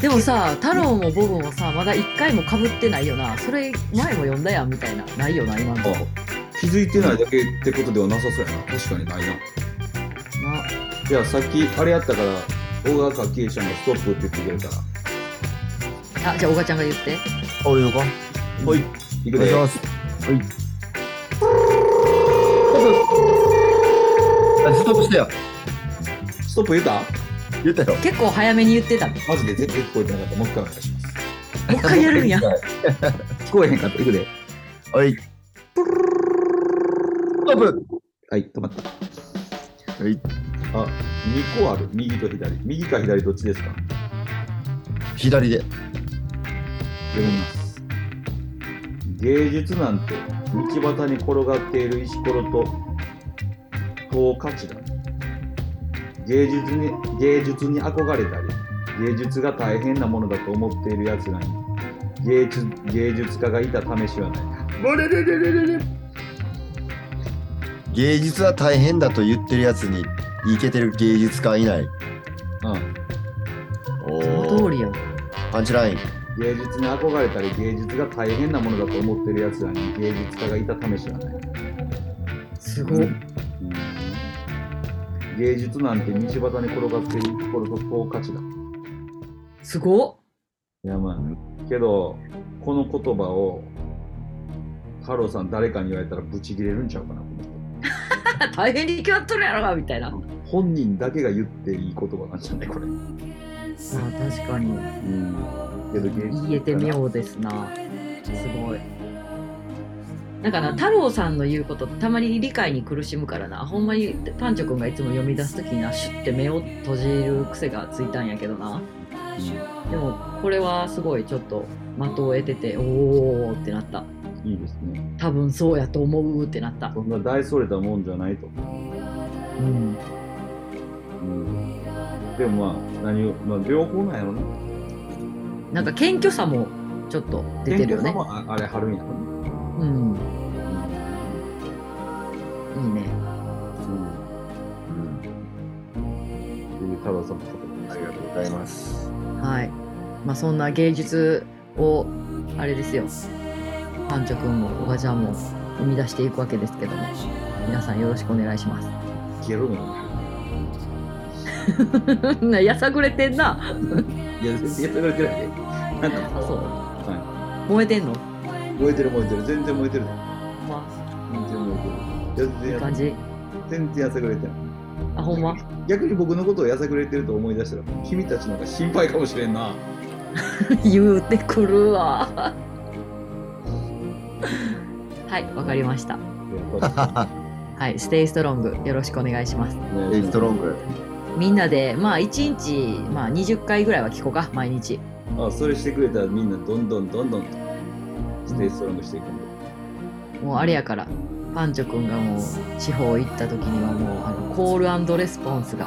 Speaker 3: でもさ、太郎もボブもさ、まだ一回も被ってないよな。それ、前も読んだやんみたいな。ないよな、今のとこ。
Speaker 4: あ気づいてないだけってことではなさそうやな確かにないないや、さっき、あれやったから、大川かきえちゃんがストップって言ってくれたら。
Speaker 3: あ、じゃあ、おがちゃんが言って。
Speaker 5: 俺のかはい。
Speaker 4: い
Speaker 5: お
Speaker 4: く
Speaker 5: 願い
Speaker 4: で
Speaker 5: します。はい。ストップしてよ。
Speaker 4: ストップ言った
Speaker 5: 言ったよ。
Speaker 3: 結構早めに言ってたね。
Speaker 4: マジで全然聞こえてなかった。もう一回お願いします。
Speaker 3: もう一回やるん や。
Speaker 4: 聞こえへんかった。いくで。
Speaker 5: はい。ストップ
Speaker 4: はい、止まった。
Speaker 5: はい。
Speaker 4: あ、2個ある。右と左。右か左どっちですか
Speaker 5: 左で。
Speaker 4: 読みます。芸術なんて、道端に転がっている石ころと、等価値だ。芸術に、芸術に憧れたり、芸術が大変なものだと思っている奴らに、芸術芸術家がいた試しはない。われれれれれれ
Speaker 5: 芸術は大変だと言ってるやつに、イケてる芸術家いない。
Speaker 4: うん。
Speaker 5: お
Speaker 3: その通
Speaker 5: ー。
Speaker 3: りや。
Speaker 5: パンチライン。
Speaker 4: 芸術に憧れたり、芸術が大変なものだと思っている奴らに、芸術家がいた試しはない。
Speaker 3: すごい。
Speaker 4: 芸術なんて道端に転がっているころと等価値だ。
Speaker 3: すごっ。
Speaker 4: いやまあ、けど、この言葉を、太郎さん誰かに言われたらブチ切れるんちゃうかな、この人
Speaker 3: 大変に決まっとるやろみたいな。ま
Speaker 4: 本人だけが言っていい言葉なんじゃないこれ。
Speaker 3: あ確かに
Speaker 4: うん。けど芸術
Speaker 3: 言えて妙ですな。すごい。なんかな太郎さんの言うことたまに理解に苦しむからなほんまにパンチョくんがいつも読み出す時になシュッて目を閉じる癖がついたんやけどなでもこれはすごいちょっと的を得てておおってなった
Speaker 4: いいですね。
Speaker 3: 多分そうやと思うってなった
Speaker 4: そんな大それたもんじゃないと。
Speaker 3: うん
Speaker 4: うん。でもまあ、何を、まあ、両方なんやろな。
Speaker 3: なんか謙虚さもちょっと出てるよ
Speaker 4: 健康さ
Speaker 3: ね
Speaker 4: もああれ、貼るんやろね。
Speaker 3: うんいいね
Speaker 4: うん。っていう太郎さんの言葉
Speaker 5: ありがとうございます。
Speaker 3: はい。まあそんな芸術をあれですよ。パンチョくんもおばちゃんも生み出していくわけですけども、皆さんよろしくお願いします。
Speaker 4: 消えるの
Speaker 3: なやさぐれてんな。
Speaker 4: いや、全然やってくれてないで。なんか
Speaker 3: あ
Speaker 4: こう、
Speaker 3: そう。
Speaker 4: はい。
Speaker 3: 燃えてんの。
Speaker 4: 燃えてる燃えてる全然燃えてる
Speaker 3: ま
Speaker 4: 全然燃えてる
Speaker 3: あ
Speaker 4: 全
Speaker 3: いい
Speaker 4: 然
Speaker 3: 感じ。
Speaker 4: 全然やさぐれてない
Speaker 3: あほんま。
Speaker 4: 逆に僕のことをやさぐれてると思い出したら君たちの方が心 配かもしれんな
Speaker 3: 言うてくるわ。 はい、わかりました。はい、ステイストロングよろしくお願いします。
Speaker 5: エイストロング。
Speaker 3: みんなでまあ1日まあ20回ぐらいは聞こうか毎日。
Speaker 4: あそれしてくれたらみんなどんどんどんどんとステイストロングしていくんで
Speaker 3: もうあれやからパンチョくんがもう地方行った時にはもうあのコールレスポンスが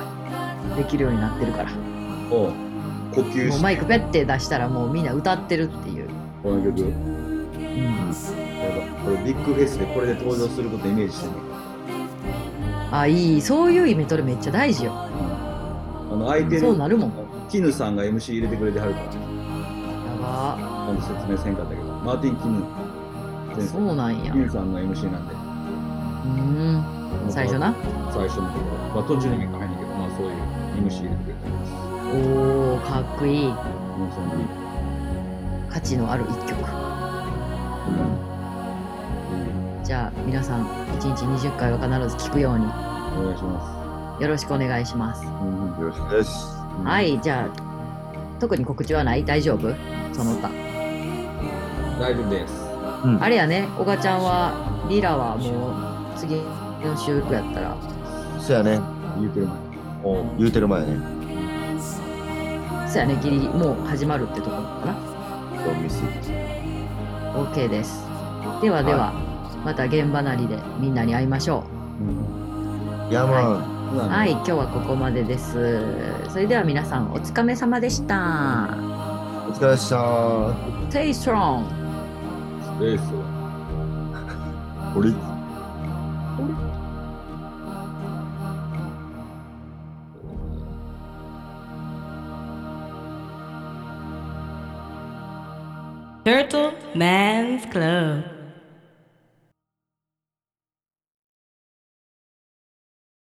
Speaker 3: できるようになってるからも
Speaker 4: おう呼吸
Speaker 3: う
Speaker 4: し
Speaker 3: マイクペッて出したらもうみんな歌ってるっていう、
Speaker 4: この曲や
Speaker 3: うん
Speaker 4: ばこれビッグフェスでこれで登場することイメージしてね
Speaker 3: あいいそういうイメトレめっちゃ大事よ
Speaker 4: あの相手
Speaker 3: そう
Speaker 4: の
Speaker 3: なるもんや
Speaker 4: キヌさんが MC 入れてくれてはるから
Speaker 3: ば
Speaker 4: 今度説明せんかったけどマーティン・キヌ先
Speaker 3: そ
Speaker 4: 生
Speaker 3: うなんや
Speaker 4: キヌさんが MC なんで
Speaker 3: うん最初な
Speaker 4: 最初のところ、まあ、途中に変が入んねんけど、まあ、そういう MC 入れてくれてます。
Speaker 3: おーかっこいい
Speaker 4: もうそんなに
Speaker 3: 価値のある一曲じゃあ皆さん1日20回は必ず聞くように
Speaker 4: お願いしま
Speaker 3: よろしくお願いします
Speaker 4: す。うん
Speaker 5: よろしくです。
Speaker 3: はいじゃあ特に告知はない大丈夫その他
Speaker 4: 大丈夫です。
Speaker 3: あれやね、おがちゃんは、リラはもう次の収録やったら、
Speaker 5: そやね。
Speaker 4: 言うてる前。
Speaker 5: もう言うてる前ね。
Speaker 3: そうやね、ギリもう始まるってところか
Speaker 5: そうミス。
Speaker 3: な。OK です。ではでは、また現場なりでみんなに会いましょ
Speaker 4: うん。
Speaker 5: ヤーマン。
Speaker 4: 普段
Speaker 3: う。
Speaker 4: ね
Speaker 3: はい、今日はここまでです。それでは皆さん、お疲れ様でした。
Speaker 5: お疲れっしたー。
Speaker 3: Stay strong!
Speaker 4: レースは
Speaker 5: 俺
Speaker 1: Turtle Man's Club.